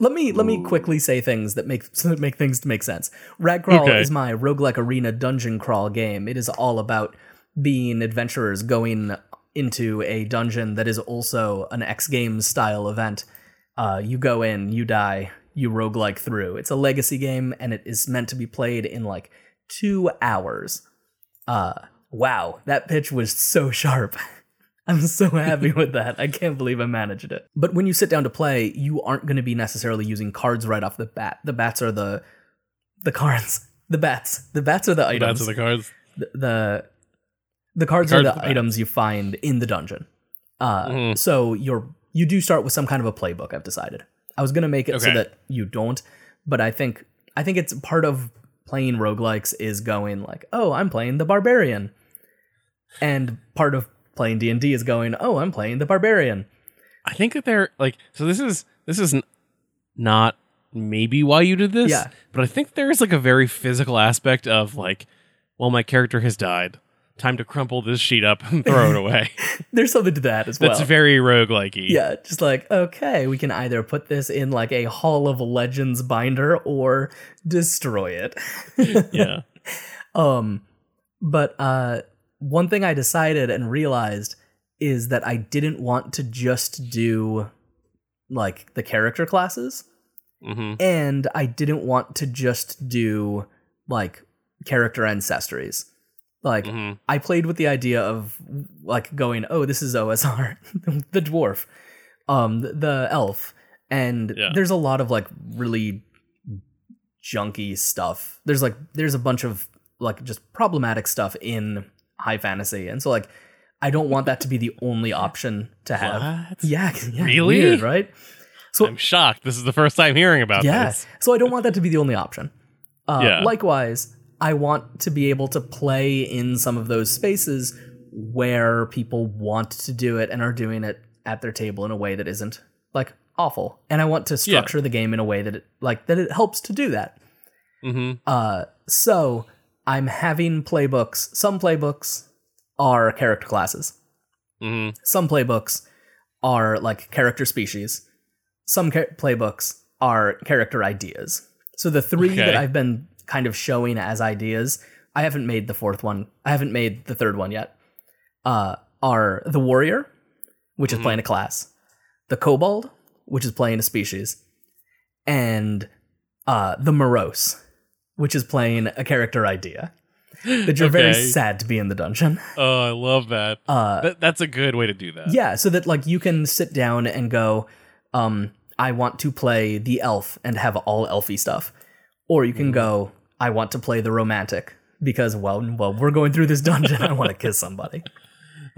S1: Let me let me quickly say things that make so that make things make sense. Ragcrawl
S2: Okay.
S1: is my roguelike arena dungeon crawl game. It is all about being adventurers going into a dungeon that is also an X Games style event. Uh, you go in, you die, you roguelike through. It's a legacy game, and it is meant to be played in like two hours. Uh, wow, that pitch was so sharp. I'm so happy with that. I can't believe I managed it. But when you sit down to play, you aren't going to be necessarily using cards right off the bat. The bats are the the cards. The bats. The bats are the items.
S2: That's the cards.
S1: the, the the cards,
S2: Cards
S1: are
S2: are the
S1: the
S2: bats.
S1: items you find in the dungeon. Uh,
S2: Mhm.
S1: So you're you do start with some kind of a playbook. I've decided. I was going to make it so
S2: Okay.
S1: that you don't, but I think I think it's part of playing roguelikes is going like, oh, I'm playing the barbarian, and part of playing D and D is going, oh, I'm playing the barbarian.
S2: I think that they're like so. This is this is n- not maybe why you did this.
S1: Yeah.
S2: But I think there is like a very physical aspect of like, well, my character has died. Time to crumple this sheet up and throw it away.
S1: There's something to that as well.
S2: That's very roguelikey.
S1: yeah, just like okay, we can either put this in like a Hall of Legends binder or destroy it.
S2: Yeah.
S1: Um, but uh, one thing I decided and realized is that I didn't want to just do like the character classes,
S2: hmm
S1: and I didn't want to just do like character ancestries. Like
S2: hmm
S1: I played with the idea of like going, oh, this is OSR, the dwarf, um, th- the elf, and
S2: Yeah.
S1: there's a lot of like really junky stuff. There's like there's a bunch of like just problematic stuff in high fantasy, and so like I don't want that to be the only option to have.
S2: What?
S1: Yeah, yeah,
S2: Really?
S1: weird, right? So
S2: I'm shocked. This is the first time hearing about
S1: yeah.
S2: this.
S1: So I don't want that to be the only option. Uh,
S2: Yeah.
S1: Likewise, I want to be able to play in some of those spaces where people want to do it and are doing it at their table in a way that isn't like awful. And I want to
S2: Yeah.
S1: structure the game in a way that it like that it helps to do that.
S2: hmm
S1: Uh, so I'm having playbooks. Some playbooks are character classes
S2: hmm
S1: some playbooks are like character species some cha- playbooks are character ideas so the three
S2: Okay.
S1: that i've been kind of showing as ideas i haven't made the fourth one i haven't made the third one yet uh, are the warrior which
S2: Mm-hmm.
S1: is playing a class the kobold which is playing a species and uh, the morose which is playing a character idea that you're very
S2: Okay.
S1: sad to be in the dungeon
S2: Oh, I love that.
S1: uh,
S2: That- That's a good way to do that.
S1: yeah so that like you can sit down and go um I want to play the elf and have all elfy stuff. Or you can go, I want to play the romantic because well, well, we're going through this dungeon. I want to kiss somebody.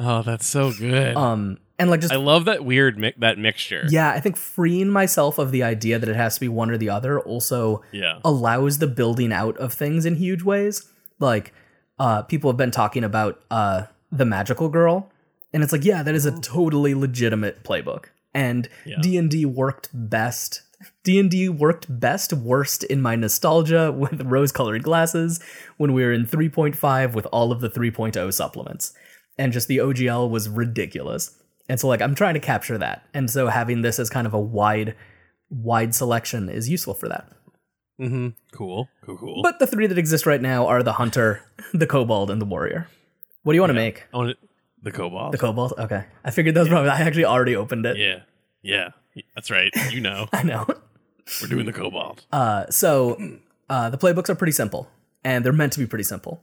S2: Oh, that's so good.
S1: Um, and like just
S2: I love that weird mi- that mixture.
S1: yeah, I think freeing myself of the idea that it has to be one or the other also
S2: Yeah.
S1: allows the building out of things in huge ways. Like uh, people have been talking about uh, the magical girl, and it's like, yeah, that is a totally legitimate playbook. And
S2: Oh. Yeah.
S1: D and D worked best. D and D worked best, worst in my nostalgia with rose-colored glasses when we were in 3.5 with all of the 3.0 supplements, and just the OGL was ridiculous. And so, like, I'm trying to capture that, and so having this as kind of a wide, wide selection is useful for that.
S2: Mm-hmm. Cool. Cool. Cool.
S1: But the three that exist right now are the hunter, the kobold, and the warrior. What do you want to make?
S2: I wanna- Oh, the cobalt.
S1: The kobold? Okay. I figured that was probably I actually already opened it.
S2: yeah. Yeah. That's right. You know,
S1: I know.
S2: we're doing the cobalt.
S1: Uh, so uh, the playbooks are pretty simple, and they're meant to be pretty simple.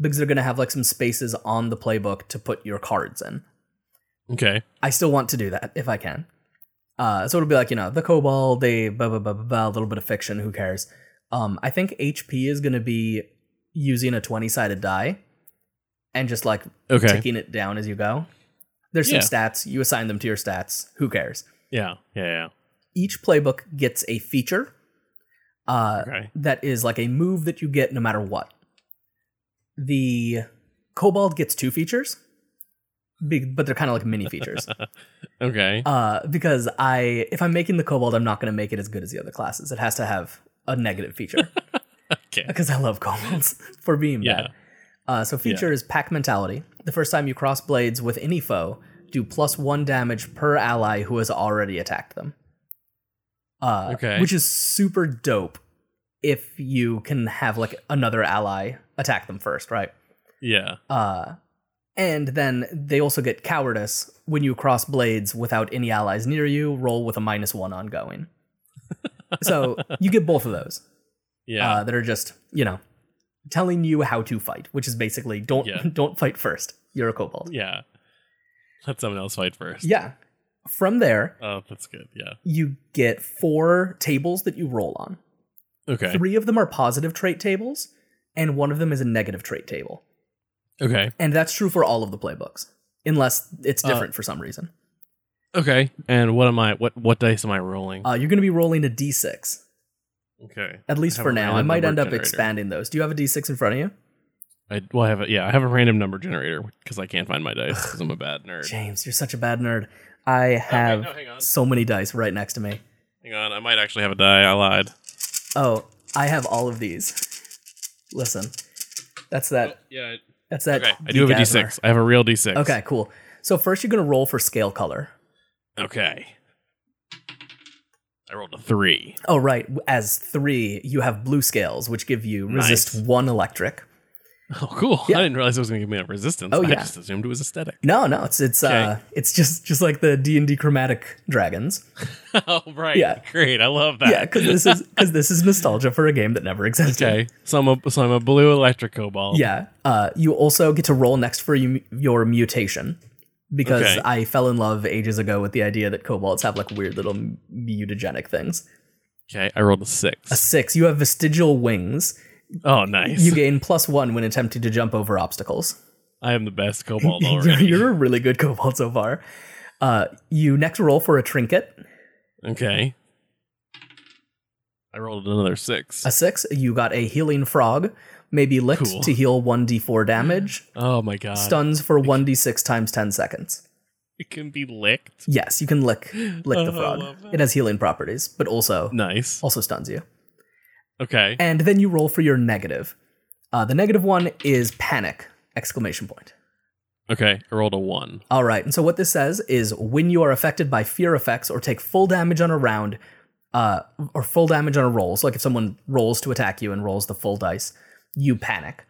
S1: Because they're gonna have like some spaces on the playbook to put your cards in.
S2: Okay.
S1: I still want to do that if I can. Uh, so it'll be like you know the kobold, they blah blah blah blah blah, a little bit of fiction. Who cares? Um, I think HP is going to be using a twenty sided die, and just like
S2: Okay.
S1: ticking it down as you go. There's some
S2: Yeah.
S1: stats you assign them to your stats. Who cares?
S2: Yeah. Yeah.
S1: Each playbook gets a feature. Uh,
S2: Yeah. Okay.
S1: that is like a move that you get no matter what. The kobold gets two features, be- but they're kind of like mini features.
S2: Okay.
S1: uh, because I, if I'm making the kobold, I'm not going to make it as good as the other classes. It has to have a negative feature
S2: Okay.
S1: because I love kobolds for being
S2: Yeah.
S1: bad. Uh, so feature is pack mentality. The first time you cross blades with any foe, do plus one damage per ally who has already attacked them. Uh,
S2: Okay.
S1: Which is super dope if you can have like another ally attack them first, right?
S2: Yeah.
S1: Uh, and then they also get cowardice when you cross blades without any allies near you. Roll with a minus one ongoing. so you get both of those
S2: Yeah.
S1: uh, that are just you know telling you how to fight, which is basically don't
S2: Yeah.
S1: don't fight first. You're a kobold.
S2: yeah. Let someone else fight first.
S1: Yeah. From there,
S2: Oh, that's good. Yeah.
S1: you get four tables that you roll on.
S2: Okay.
S1: Three of them are positive trait tables, and one of them is a negative trait table.
S2: Okay.
S1: And that's true for all of the playbooks, unless it's
S2: Uh,
S1: different for some reason.
S2: Okay. And what am I? What what dice am I rolling?
S1: Uh, you're going to be rolling a d6,
S2: okay.
S1: at least
S2: have
S1: for
S2: a
S1: now. I
S2: random
S1: might
S2: number
S1: end up
S2: generator.
S1: expanding those. Do you have a d6 in front of you?
S2: I well, I have a yeah. I have a random number generator because I can't find my dice because I'm a bad nerd.
S1: James, you're such a bad nerd. I have
S2: no, hang on.
S1: so many dice right next to me.
S2: Hang on, I might actually have a die. I lied.
S1: Oh, I have all of these. Listen, that's that.
S2: Yeah.
S1: That's that.
S2: Okay. I do have a
S1: geekasmer.
S2: d6. I have a real d6.
S1: Okay, cool. So first, you're gonna roll for scale color.
S2: Okay. I rolled a three.
S1: Oh, right. As three, you have blue scales, which give you resist
S2: Nice.
S1: one electric.
S2: Oh, cool.
S1: Yeah.
S2: I didn't realize it was going to give me a resistance.
S1: Oh,
S2: I
S1: yeah.
S2: just assumed it was aesthetic.
S1: No, no, it's it's uh,
S2: Okay.
S1: it's just just like the D and D chromatic dragons.
S2: oh, right.
S1: Yeah.
S2: Great. I love that.
S1: Yeah, because this is because this is nostalgia for a game that never existed.
S2: Okay. So I'm a, so I'm a blue electric cobalt.
S1: Yeah. Uh, you also get to roll next for you, your mutation because
S2: Okay.
S1: I fell in love ages ago with the idea that kobolds have like weird little mutagenic things.
S2: Okay. I rolled a
S1: A
S2: six.
S1: six. You have vestigial wings.
S2: Oh, nice.
S1: You gain plus one when attempting to jump over obstacles.
S2: I am the best cobalt
S1: You're,
S2: already.
S1: you're a really good kobold so far. Uh, you next roll for a trinket.
S2: okay. I rolled another six.
S1: A six. You got a healing frog. Maybe licked
S2: Cool.
S1: to heal 1d4 damage.
S2: Oh my god.
S1: Stuns for 1d6 times 10 seconds.
S2: It can be licked.
S1: Yes, you can lick lick
S2: Oh,
S1: the
S2: I
S1: frog.
S2: love that.
S1: It has healing properties, but also
S2: Nice.
S1: also stuns you.
S2: Okay.
S1: And then you roll for your negative. Uh, the negative one is panic! Exclamation point.
S2: Okay. I rolled a one.
S1: All right. And so what this says is when you are affected by fear effects or take full damage on a round, uh, or full damage on a roll. So like if someone rolls to attack you and rolls the full dice, you panic.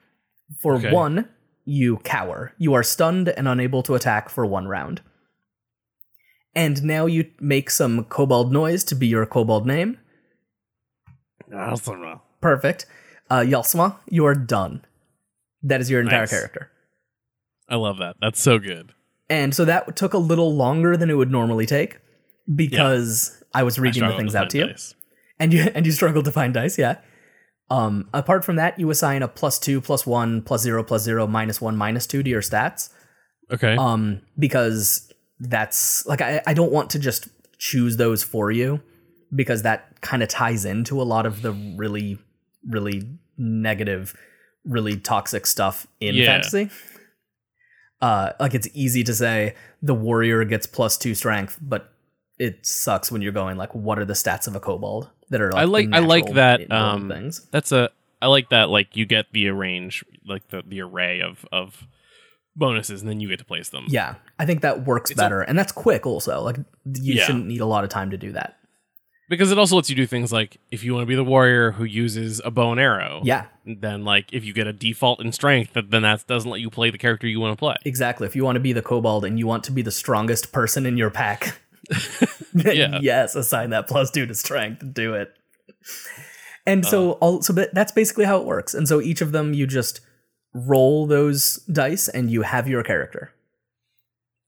S1: For
S2: Okay.
S1: one, you cower. You are stunned and unable to attack for one round. And now you make some kobold noise to be your kobold name.
S2: Awesome.
S1: Perfect. Uh, Yalsma, you are done. That is your entire
S2: Nice.
S1: character.
S2: I love that. That's so good.
S1: And so that took a little longer than it would normally take because I was reading the
S2: struggled
S1: things
S2: with
S1: out to you,
S2: Mendes.
S1: and you and you struggled to find dice. Yeah. Um, apart from that, you assign a plus two, plus one, plus zero, plus zero, minus one, minus two to your stats.
S2: Okay.
S1: um because that's like I, I don't want to just choose those for you because that kind of ties into a lot of the really really negative really toxic stuff in
S2: Yeah.
S1: fantasy uh like it's easy to say the warrior gets plus two strength but it sucks when you're going like what are the stats of a kobold that are like
S2: I like I like
S1: natural
S2: that
S1: in-world
S2: um
S1: things
S2: that's a I like that like you get the arrange like the, the array of of bonuses and then you get to place them.
S1: yeah i think that works
S2: a-
S1: better and that's quick also like you
S2: Yeah.
S1: shouldn't need a lot of time to do that
S2: Because it also lets you do things like if you want to be the warrior who uses a bow and arrow.
S1: yeah
S2: Then like if you get a default in strength, that then that doesn't let you play the character you want to play.
S1: Exactly. If you want to be the kobold and you want to be the strongest person in your pack, then
S2: Yeah.
S1: yes, assign that plus two to strength. Do it. And so, all, so that- that's basically how it works. And so each of them, you just roll those dice and you have your character.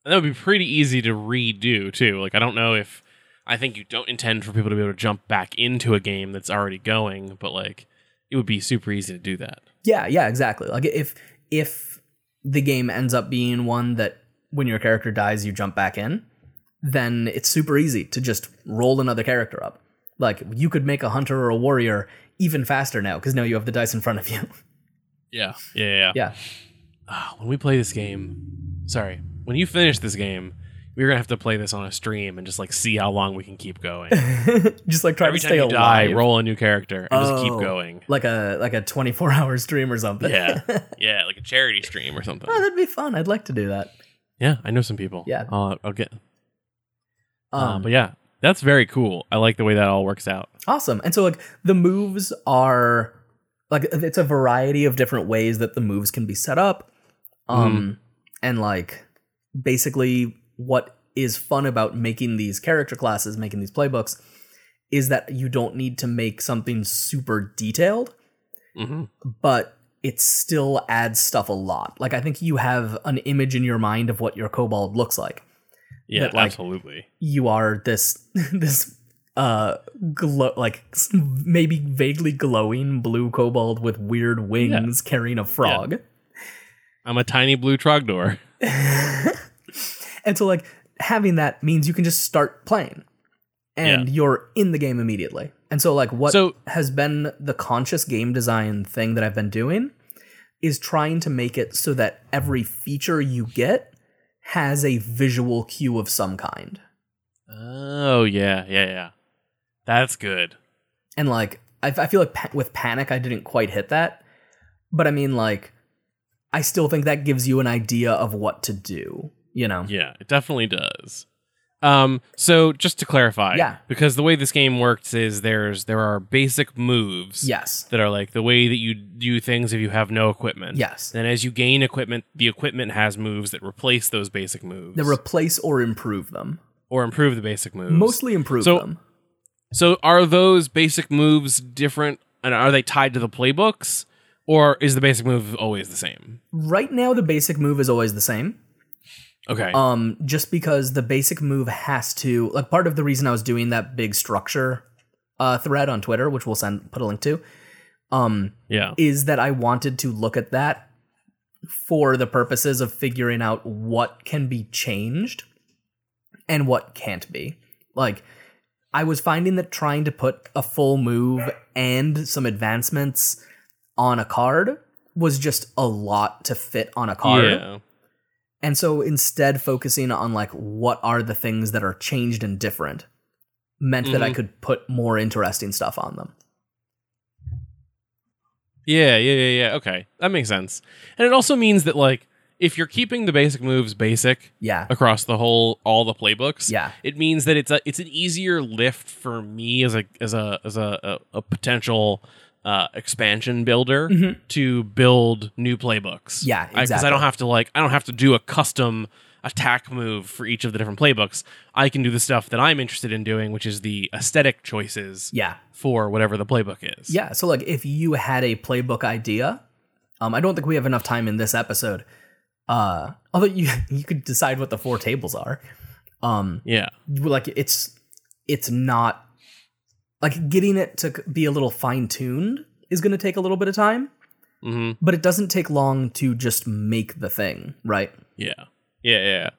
S2: And that would be pretty easy to redo too. Like I don't know if I think you don't intend for people to be able to jump back into a game that's already going, but like it would be super easy to do that.
S1: Yeah, yeah, exactly. Like if if the game ends up being one that when your character dies you jump back in, then it's super easy to just roll another character up. Like you could make a hunter or a warrior even faster now because now you have the dice in front of you.
S2: Yeah. Yeah. Yeah.
S1: yeah.
S2: Ah, when we play this game, sorry, when you finish this game, we're gonna have to play this on a stream and just like see how long we can keep going.
S1: just like try
S2: Every
S1: to
S2: time
S1: stay
S2: you
S1: alive.
S2: die, roll a new character and just keep
S1: Oh.
S2: going.
S1: like a like a 24 hour stream or something.
S2: Yeah, yeah, like a charity stream or something.
S1: oh, that'd be fun. I'd like to do that.
S2: Yeah, I know some people.
S1: Yeah.
S2: I'll, I'll get.
S1: Um,
S2: uh, but yeah, that's very cool. I like the way that all works out.
S1: Awesome. And so like the moves are like it's a variety of different ways that the moves can be set up. Um and like basically what is fun about making these character classes, making these playbooks is that you don't need to make something super detailed,
S2: hmm
S1: but it still adds stuff a lot. Like I think you have an image in your mind of what your kobold looks like
S2: Yeah,
S1: That, like-
S2: absolutely.
S1: you are this this uh glow like s- maybe vaguely glowing blue kobold with weird wings carrying a frog
S2: I'm a tiny blue trogdor.
S1: and so like having that means you can just start playing and you're in the game immediately and so like what
S2: So-
S1: has been the conscious game design thing that i've been doing is trying to make it so that every feature you get has a visual cue of some kind
S2: Oh yeah, yeah, yeah. That's good.
S1: and like I, I feel like pa- with panic I didn't quite hit that, but I mean like I still think that gives you an idea of what to do. You know,
S2: Yeah, it definitely does. Um, so just to clarify,
S1: Yeah.
S2: because the way this game works is there's there are basic moves
S1: yes,
S2: that are like the way that you do things if you have no equipment.
S1: yes,
S2: Then as you gain equipment, the equipment has moves that replace those basic moves
S1: they replace or improve them.
S2: or improve the basic moves.
S1: Mostly improve
S2: So-
S1: them.
S2: So are those basic moves different and are they tied to the playbooks or is the basic move always the same?
S1: Right now, the basic move is always the same.
S2: Okay.
S1: Um, just because the basic move has to like part of the reason I was doing that big structure uh thread on Twitter, which we'll send put a link to. Um,
S2: yeah.
S1: is that I wanted to look at that for the purposes of figuring out what can be changed and what can't be. Like, I was finding that trying to put a full move and some advancements on a card was just a lot to fit on a card.
S2: Yeah.
S1: And so instead, focusing on like what are the things that are changed and different meant that I could put more interesting stuff on them.
S2: Yeah, yeah, yeah, yeah. Okay. That makes sense. And it also means that like if you're keeping the basic moves basic
S1: Yeah.
S2: across the whole all the playbooks,
S1: Yeah.
S2: it means that it's a it's an easier lift for me as a as a as a a, a potential uh, expansion builder
S1: Mhm.
S2: to build new playbooks.
S1: Yeah,
S2: because I,
S1: exactly.
S2: don't have to like I don't have to do a custom attack move for each of the different playbooks. I can do the stuff that I'm interested in doing, which is the aesthetic choices
S1: Yeah.
S2: for whatever the playbook is.
S1: Yeah, so like if you had a playbook idea, um, I don't think we have enough time in this episode. Uh, although you you could decide what the four tables are. Um,
S2: Yeah.
S1: like it's it's not like getting it to c- be a little fine tuned is going to take a little bit of time,
S2: hmm
S1: but it doesn't take long to just make the thing, right?
S2: Yeah. Yeah, yeah, yeah.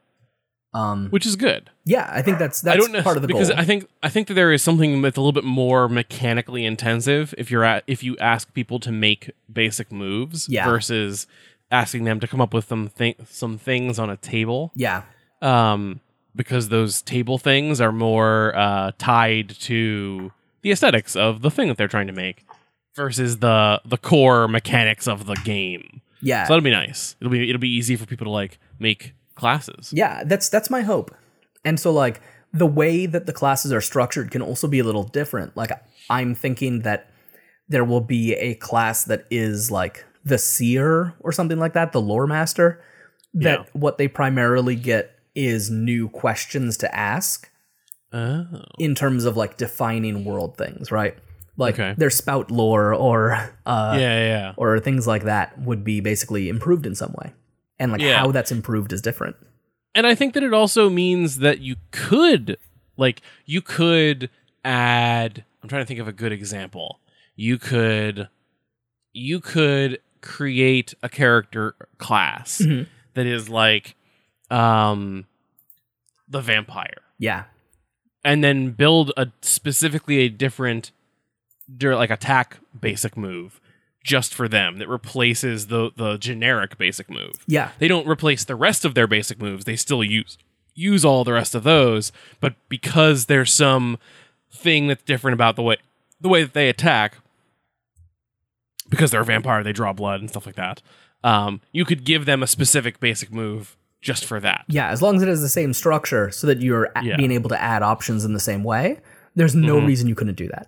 S1: Um,
S2: Which is good.
S1: yeah, I think that's that's
S2: I don't know
S1: part of the
S2: because
S1: goal.
S2: I think I think that there is something that's a little bit more mechanically intensive if you're at, if you ask people to make basic moves
S1: Yeah.
S2: versus asking them to come up with some thi- some things on a table
S1: yeah,
S2: um, because those table things are more uh, tied to the aesthetics of the thing that they're trying to make versus the the core mechanics of the game.
S1: yeah,
S2: So that'll be nice. It'll be it'll be easy for people to like make classes.
S1: yeah. That's that's my hope. And so like the way that the classes are structured can also be a little different. Like I'm thinking that there will be a class that is like the seer or something like that, the lore master. That
S2: Yeah.
S1: what they primarily get is new questions to ask.
S2: Oh.
S1: in terms of like defining world things, right? Like
S2: Okay.
S1: their spout lore or uh
S2: yeah, yeah.
S1: or things like that would be basically improved in some way. And like
S2: Yeah.
S1: how that's improved is different.
S2: and I think that it also means that you could like you could add I'm trying to think of a good example. You could you could create a character class
S1: Mhm.
S2: that is like um the vampire
S1: Yeah.
S2: and then build a specifically a different dir- like attack basic move just for them that replaces the the generic basic move
S1: Yeah.
S2: they don't replace the rest of their basic moves. They still use use all the rest of those, but because there's some thing that's different about the way the way that they attack, because they're a vampire, they draw blood and stuff like that. Um, you could give them a specific basic move just for that.
S1: Yeah. As long as it has the same structure so that you're a-
S2: Yeah.
S1: being able to add options in the same way, there's no reason you couldn't do that.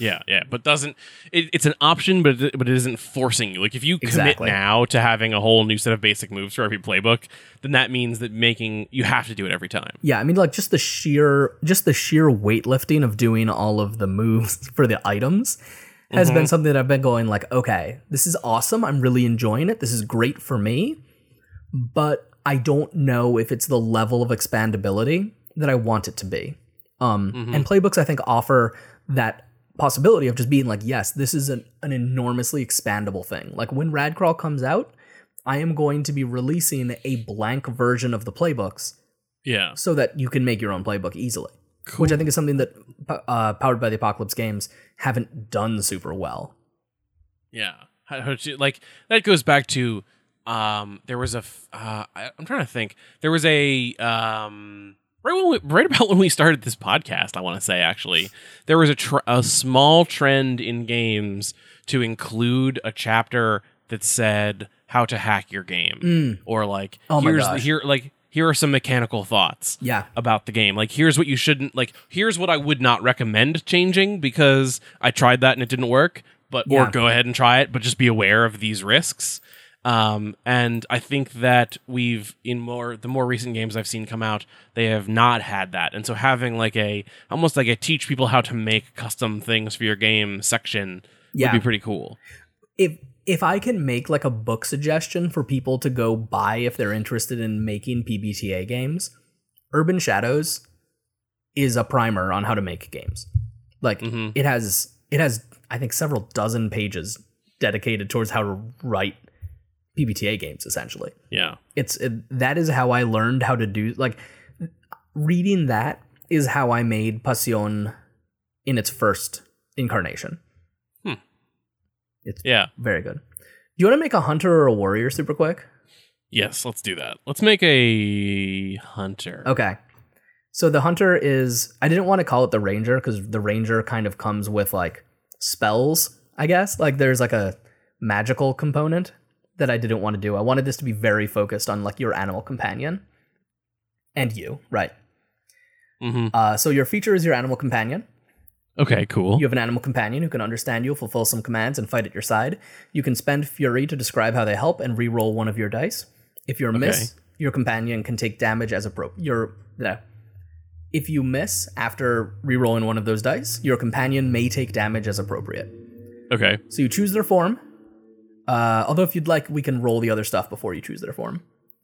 S2: Yeah, yeah, but doesn't it, it's an option, but it, but it isn't forcing you. Like if you commit
S1: Exactly.
S2: now to having a whole new set of basic moves for every playbook, then that means that making you have to do it every time.
S1: Yeah, I mean like just the sheer just the sheer weightlifting of doing all of the moves for the items has been something that I've been going like, okay, this is awesome. I'm really enjoying it. This is great for me. But I don't know if it's the level of expandability that I want it to be. Um and playbooks I think offer that possibility of just being like, yes, this is an, an enormously expandable thing. Like when Radcrawl comes out, I am going to be releasing a blank version of the playbooks
S2: Yeah,
S1: so that you can make your own playbook easily, which I think is something that uh, Powered by the Apocalypse games haven't done super well.
S2: Yeah. How, how did you, like that goes back to um there was a f- uh, I, I'm trying to think. There was a um right when we, right about when we started this podcast, I want to say actually, there was a tr- a small trend in games to include a chapter that said how to hack your game or like
S1: Oh my
S2: here's the,
S1: gosh.
S2: here like here are some mechanical thoughts
S1: Yeah.
S2: about the game. Like, here's what you shouldn't like. Here's what I would not recommend changing because I tried that and it didn't work. But
S1: Yeah.
S2: or go ahead and try it, but just be aware of these risks. Um, and I think that we've in more the more recent games I've seen come out, they have not had that. And so having like a almost like a teach people how to make custom things for your game section
S1: Yeah.
S2: would be pretty cool.
S1: If if I can make like a book suggestion for people to go buy if they're interested in making PBTA games, Urban Shadows is a primer on how to make games. Like
S2: Mhm.
S1: it has it has I think several dozen pages dedicated towards how to write PBTA games essentially.
S2: Yeah.
S1: it's it, that is how I learned how to do like reading that is how I made Passion in its first incarnation.
S2: Hmm.
S1: It's
S2: Yeah.
S1: very good. Do you want to make a hunter or a warrior super quick?
S2: Yes, let's do that. Let's make a hunter.
S1: Okay. So the hunter is I didn't want to call it the ranger cuz the ranger kind of comes with like spells, I guess. Like there's like a magical component that I didn't want to do. I wanted this to be very focused on like your animal companion and you, right?
S2: hmm
S1: Uh, so your feature is your animal companion.
S2: Okay, cool.
S1: You have an animal companion who can understand you, fulfill some commands, and fight at your side. You can spend fury to describe how they help and re-roll one of your dice. If you're a miss, your companion can take damage as appropriate. Your no. If you miss after re-rolling one of those dice, your companion may take damage as appropriate.
S2: Okay.
S1: So you choose their form. Uh, although if you'd like, we can roll the other stuff before you choose their form.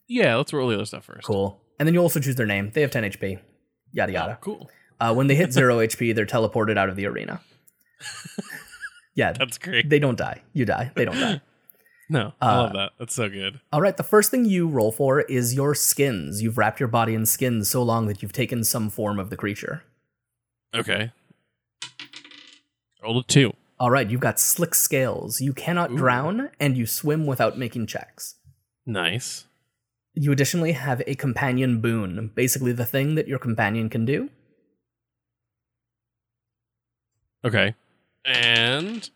S2: Yeah, let's roll the other stuff first.
S1: Cool. And then you also choose their name. They have 10 HP. Yada yada.
S2: cool.
S1: Uh, when they hit zero HP, they're teleported out of the arena. yeah,
S2: That's great. Uh,
S1: they don't die. You die. They don't die.
S2: No, I love that. That's so good.
S1: All right, the first thing you roll for is your skins. You've wrapped your body in skins so long that you've taken some form of the creature.
S2: Okay. Rolled a two.
S1: All right, you've got slick scales. You cannot
S2: Ooh.
S1: drown, and you swim without making checks.
S2: Nice.
S1: You additionally have a companion boon, basically the thing that your companion can do.
S2: Okay. And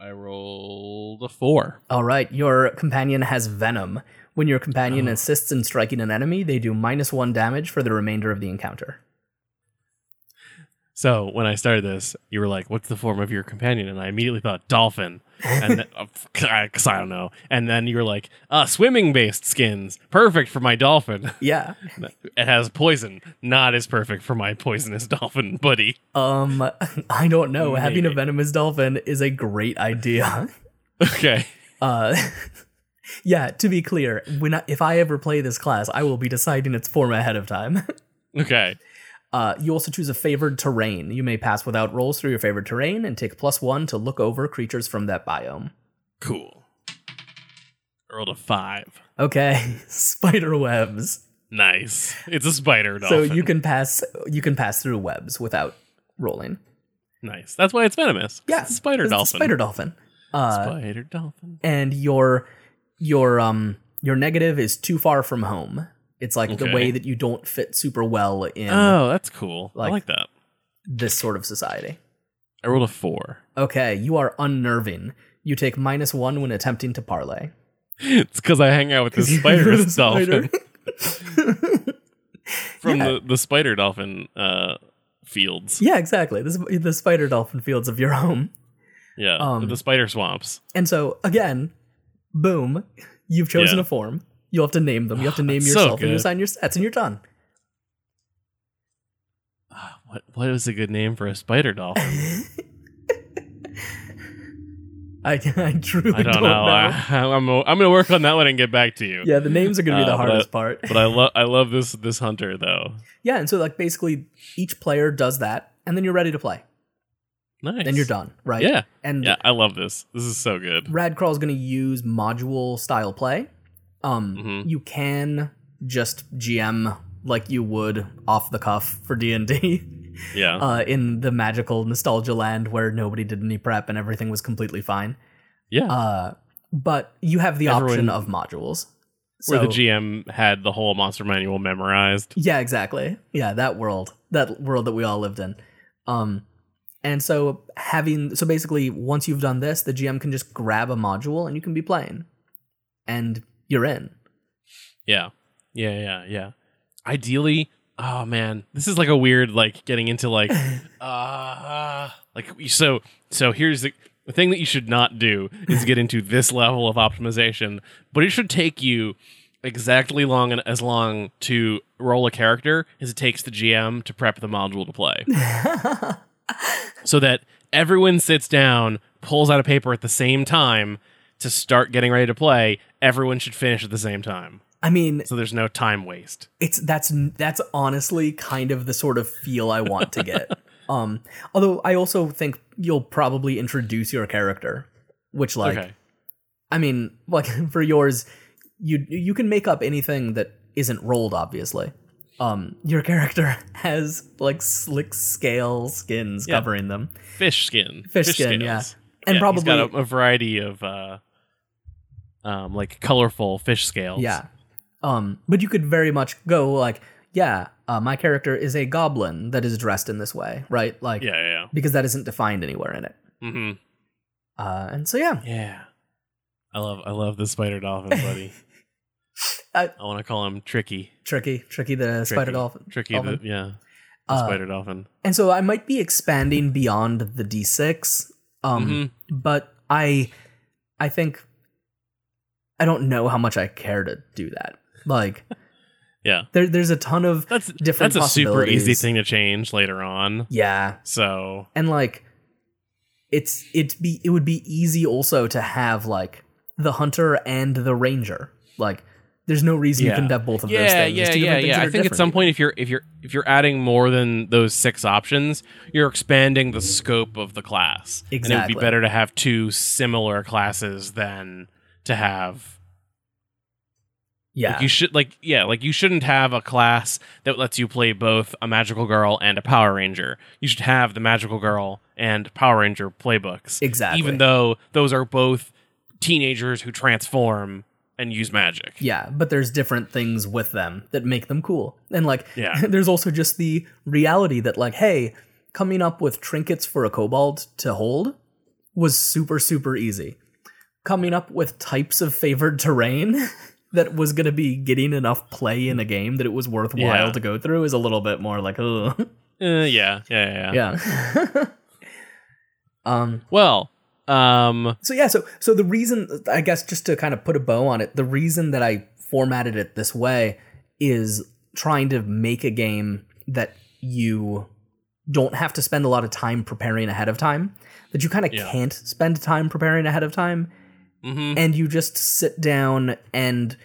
S2: I rolled a four.
S1: All right, your companion has venom. When your companion
S2: Oh.
S1: assists in striking an enemy, they do minus one damage for the remainder of the encounter.
S2: So when I started this, you were like, "What's the form of your companion?" And I immediately thought dolphin, and then- uh, cause I don't know. And then you were like, "Uh, swimming-based skins, perfect for my dolphin.
S1: Yeah.
S2: It has poison, not as perfect for my poisonous dolphin buddy."
S1: Um, I don't know. Having a
S2: Maybe.
S1: venomous dolphin is a great idea.
S2: Okay,
S1: Uh, yeah. To be clear, when I, if I ever play this class, I will be deciding its form ahead of time.
S2: okay,
S1: Uh, you also choose a favored terrain. You may pass without rolls through your favored terrain and take plus one to look over creatures from that biome.
S2: cool. I rolled a five.
S1: Okay, spider webs.
S2: Nice. It's a spider
S1: so
S2: dolphin.
S1: you can pass you can pass through webs without rolling.
S2: nice. That's why it's venomous. 'cause
S1: Yeah,
S2: it's a spider
S1: It's a
S2: dolphin.
S1: Spider dolphin. Uh,
S2: spider dolphin.
S1: and your your um your negative is too far from home. It's like the
S2: Okay.
S1: way that you don't fit super well in
S2: Oh, that's cool.
S1: like-
S2: I like that.
S1: this sort of society.
S2: I rolled a four.
S1: Okay, you are unnerving. You take minus one when attempting to parlay.
S2: It's because I hang out with the
S1: You're
S2: spider
S1: the
S2: dolphin
S1: spider.
S2: from
S1: Yeah.
S2: the, the spider dolphin uh, fields.
S1: yeah, exactly. This is the spider dolphin fields of your home.
S2: Yeah,
S1: Um,
S2: the spider swamps.
S1: And so again, boom, you've chosen
S2: Yeah.
S1: a form. You'll have to name them. You have to name
S2: So
S1: yourself and you
S2: good.
S1: assign your stats and you're done.
S2: Ah, What what is a good name for a spider dolphin?
S1: I, I truly
S2: I don't know. I, I'm I'm gonna work on that one and get back to you.
S1: yeah, the names are going to be
S2: Uh,
S1: the
S2: but I-
S1: hardest part.
S2: But I love I love this this hunter though.
S1: Yeah, and so like basically each player does that and then you're ready to play.
S2: Nice.
S1: Then you're done, right?
S2: Yeah,
S1: And
S2: yeah. I love this. This is so good.
S1: Radcrawl's going to use module style play. Um,
S2: Mhm.
S1: You can just GM like you would off the cuff for D and D.
S2: Yeah.
S1: uh, in the magical nostalgia land where nobody did any prep and everything was completely fine.
S2: yeah.
S1: Uh, but you have the option
S2: Everyone-
S1: of modules.
S2: Where the GM had the whole monster manual memorized.
S1: yeah, exactly. Yeah, that world, that world that we all lived in. Um, and so having so basically once you've done this, the GM can just grab a module and you can be playing, and you're in.
S2: Yeah. Yeah, yeah, yeah. Ideally, oh man, this is like a weird like getting into like uh like so so here's the the thing that you should not do is get into this level of optimization, but it should take you exactly long and as long to roll a character as it takes the GM to prep the module to play. so that everyone sits down, pulls out a paper at the same time to start getting ready to play, everyone should finish at the same time
S1: I mean,
S2: so there's no time waste.
S1: it's that's that's honestly kind of the sort of feel I want to get. um although I also think you'll probably introduce your character, which like
S2: okay.
S1: I mean, like for yours you you can make up anything that isn't rolled obviously. Um your character has like slick scale skins
S2: Yeah.
S1: covering them.
S2: Fish skin.
S1: Fish skin, yeah.
S2: scales.
S1: And
S2: Yeah, he's
S1: probably
S2: got a, a variety of uh um like colorful fish scales.
S1: Yeah. Um, but you could very much go like, yeah, uh, my character is a goblin that is dressed in this way, right? Like,
S2: Yeah, yeah.
S1: because that isn't defined anywhere in it.
S2: Yeah. hmm
S1: Uh, and so yeah,
S2: yeah. I love I love the spider dolphin, buddy.
S1: I-
S2: I want to call him Tricky.
S1: tricky, tricky the spider dolphin.
S2: Tricky
S1: dolphin.
S2: the yeah. The
S1: Uh,
S2: spider dolphin.
S1: And so I might be expanding beyond the D6,
S2: Mm-hmm.
S1: um, but I, I think, I don't know how much I care to do that. Like
S2: Yeah.
S1: there, there's a ton of
S2: That's
S1: different
S2: that's a super easy
S1: possibilities.
S2: thing to change later on.
S1: yeah,
S2: So
S1: and like it's it'd be it would be easy also to have like the hunter and the ranger like There's no reason
S2: Yeah.
S1: you couldn't have both of those
S2: yeah,
S1: things. There's
S2: yeah,
S1: two
S2: yeah,
S1: different things
S2: yeah.
S1: that
S2: I
S1: are
S2: think at
S1: different.
S2: some point, if you're if you're if you're adding more than those six options, you're expanding the scope of the class. And it would
S1: Exactly.
S2: be better to have two similar classes than to have.
S1: yeah,
S2: Like you should like yeah, like you shouldn't have a class that lets you play both a magical girl and a Power Ranger. You should have the magical girl and Power Ranger playbooks.
S1: exactly.
S2: Even though those are both teenagers who transform and use magic.
S1: Yeah, but there's different things with them that make them cool. And like
S2: Yeah.
S1: there's also just the reality that like hey, coming up with trinkets for a kobold to hold was super super easy. Coming up with types of favored terrain that was going to be getting enough play in a game that it was worthwhile
S2: Yeah.
S1: to go through is a little bit more like oh
S2: Uh, yeah, yeah, yeah, yeah.
S1: yeah. um
S2: Well, um,
S1: So yeah, so so the reason I guess just to kind of put a bow on it, the reason that I formatted it this way is trying to make a game that you don't have to spend a lot of time preparing ahead of time, that you kind of
S2: Yeah.
S1: can't spend time preparing ahead of time,
S2: mhm.
S1: and you just sit down and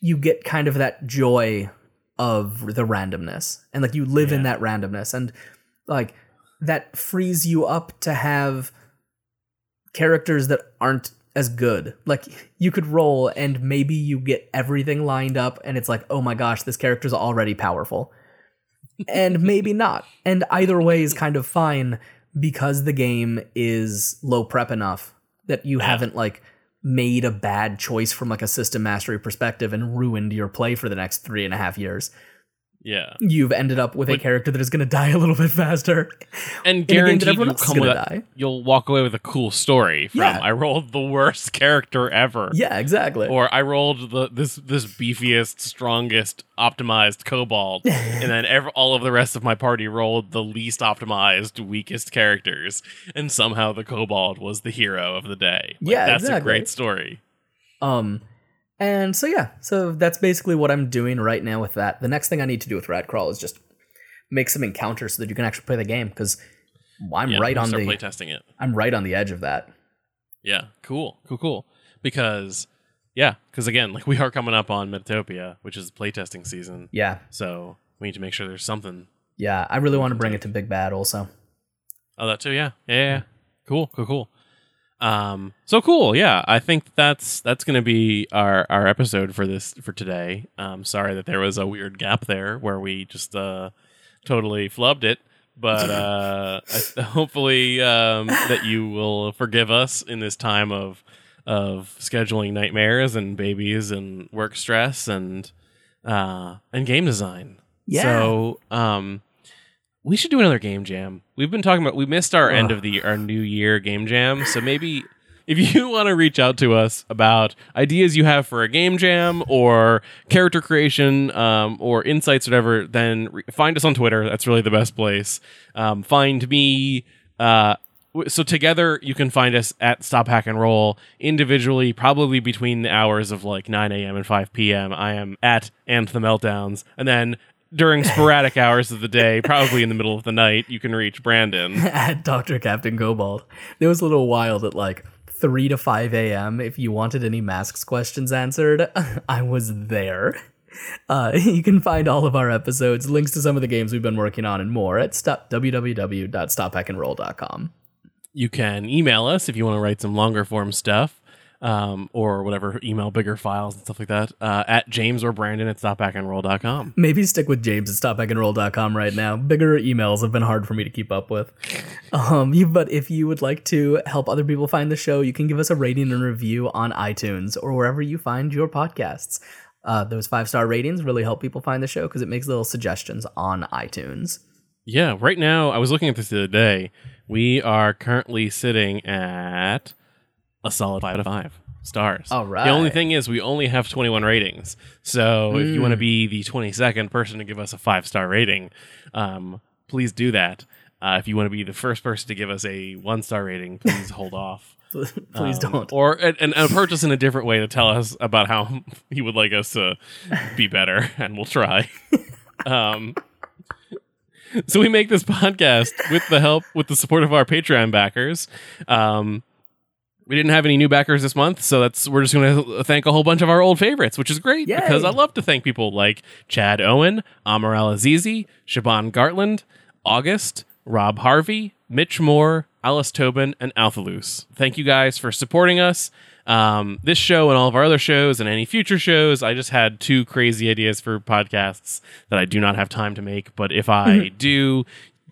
S1: you get kind of that joy of the randomness and like you live in that randomness and like that frees you up to have characters that aren't as good like you could roll and maybe you get everything lined up and it's like oh my gosh this character's already powerful and maybe not and either way is kind of fine because the game is low prep enough that you haven't like made a bad choice from like a system mastery perspective and ruined your play for the next three and a half years
S2: yeah,
S1: you've ended up with a
S2: Would-
S1: character that is going to die a little bit faster
S2: and
S1: in a game
S2: guaranteed
S1: that everyone
S2: you'll
S1: else is
S2: come
S1: going
S2: with
S1: to
S2: a,
S1: die
S2: you'll walk away with a cool story from
S1: Yeah.
S2: I rolled the worst character ever,
S1: yeah exactly
S2: or I rolled the this this beefiest, strongest, optimized kobold, and then ev- all of the rest of my party rolled the least optimized, weakest characters, and somehow the kobold was the hero of the day. Like,
S1: Yeah,
S2: that's a
S1: exactly.
S2: great story.
S1: Um, and so yeah, so that's basically what I'm doing right now with that. The next thing I need to do with Rat Crawl is just make some encounters so that you can actually play the game because I'm
S2: Yeah,
S1: right
S2: we'll
S1: on the
S2: start playtesting it.
S1: I'm right on the edge of that.
S2: Yeah, cool, cool, cool. Because yeah, because again, like we are coming up on Metatopia, which is playtesting season,
S1: Yeah,
S2: so we need to make sure there's something.
S1: yeah. I really want to bring it to Big Bad also.
S2: Oh, that too. Yeah, yeah, yeah. yeah. Cool, cool, cool. Um, so cool. Yeah, I think that's that's gonna be our our episode for this for today. Um, sorry that there was a weird gap there where we just uh totally flubbed it. But uh, I- hopefully um, that you will forgive us in this time of of scheduling nightmares and babies and work stress and uh, and game design.
S1: Yeah.
S2: So um, we should do another game jam. We've been talking about we missed our end
S1: Ugh.
S2: of the our new year game jam. So maybe if you want to reach out to us about ideas you have for a game jam or character creation um, or insights, whatever, then re- find us on Twitter. That's really the best place. Um, find me. Uh, w- so together you can find us at Stop Hack and Roll individually, probably between the hours of like 9 a.m. and 5 p.m. I am at and the meltdowns, and then during sporadic hours of the day, probably in the middle of the night, you can reach Brandon.
S1: At Doctor Captain Cobalt, there was a little while at like three to five a.m. If you wanted any masks questions answered, I was there. Uh, you can find all of our episodes, links to some of the games we've been working on, and more at stop, www.stophackandroll.com.
S2: You can email us if you want to write some longer form stuff. Um, or whatever email bigger files and stuff like that uh, at james or brandon at stopbackandroll.com
S1: Maybe stick with James at stopbackandroll.com right now. Bigger emails have been hard for me to keep up with. Um, you- but if you would like to help other people find the show, you can give us a rating and review on iTunes or wherever you find your podcasts. Uh, those five star ratings really help people find the show because it makes little suggestions on iTunes.
S2: Yeah, right now I was looking at this the other day. We are currently sitting at a solid five out of five stars.
S1: All
S2: The only
S1: right.
S2: thing is, we only have 21 ratings. So if you want
S1: Hmm.
S2: to be the 22nd person to give us a five star rating, um, please do that. Uh, if you want to be the first person to give us a one star rating, please hold off.
S1: Please
S2: Um,
S1: don't.
S2: Or and, and approach us in a different way to tell us about how you would like us to be better, and we'll try. um, so we make this podcast with the help, with the support of our Patreon backers. Um, we didn't have any new backers this month, so that's we're just going to thank a whole bunch of our old favorites, which is great
S1: Yay.
S2: because I love to thank people like Chad Owen, Amaral Azizi, Shaban Gartland, August, Rob Harvey, Mitch Moore, Alice Tobin, and Alphalus. Thank you guys for supporting us. Um, this show and all of our other shows and any future shows. I just had two crazy ideas for podcasts that I do not have time to make, but if I do,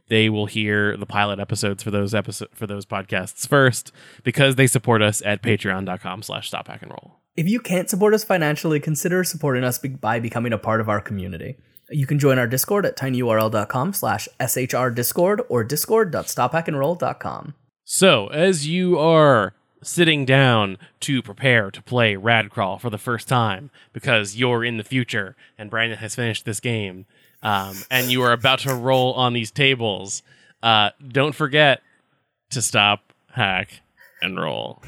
S2: they will hear the pilot episodes for those episode for those podcasts first because they support us at patreon.com slash stop hack and roll
S1: If you can't support us financially, consider supporting us be- by becoming a part of our community. You can join our Discord at tinyurl.com slash shrdiscord or discord.stophackandroll.com.
S2: so as you are sitting down to prepare to play radcrawl for the first time because you're in the future and brandon has finished this game um, and you are about to roll on these tables uh, don't forget to stop hack and roll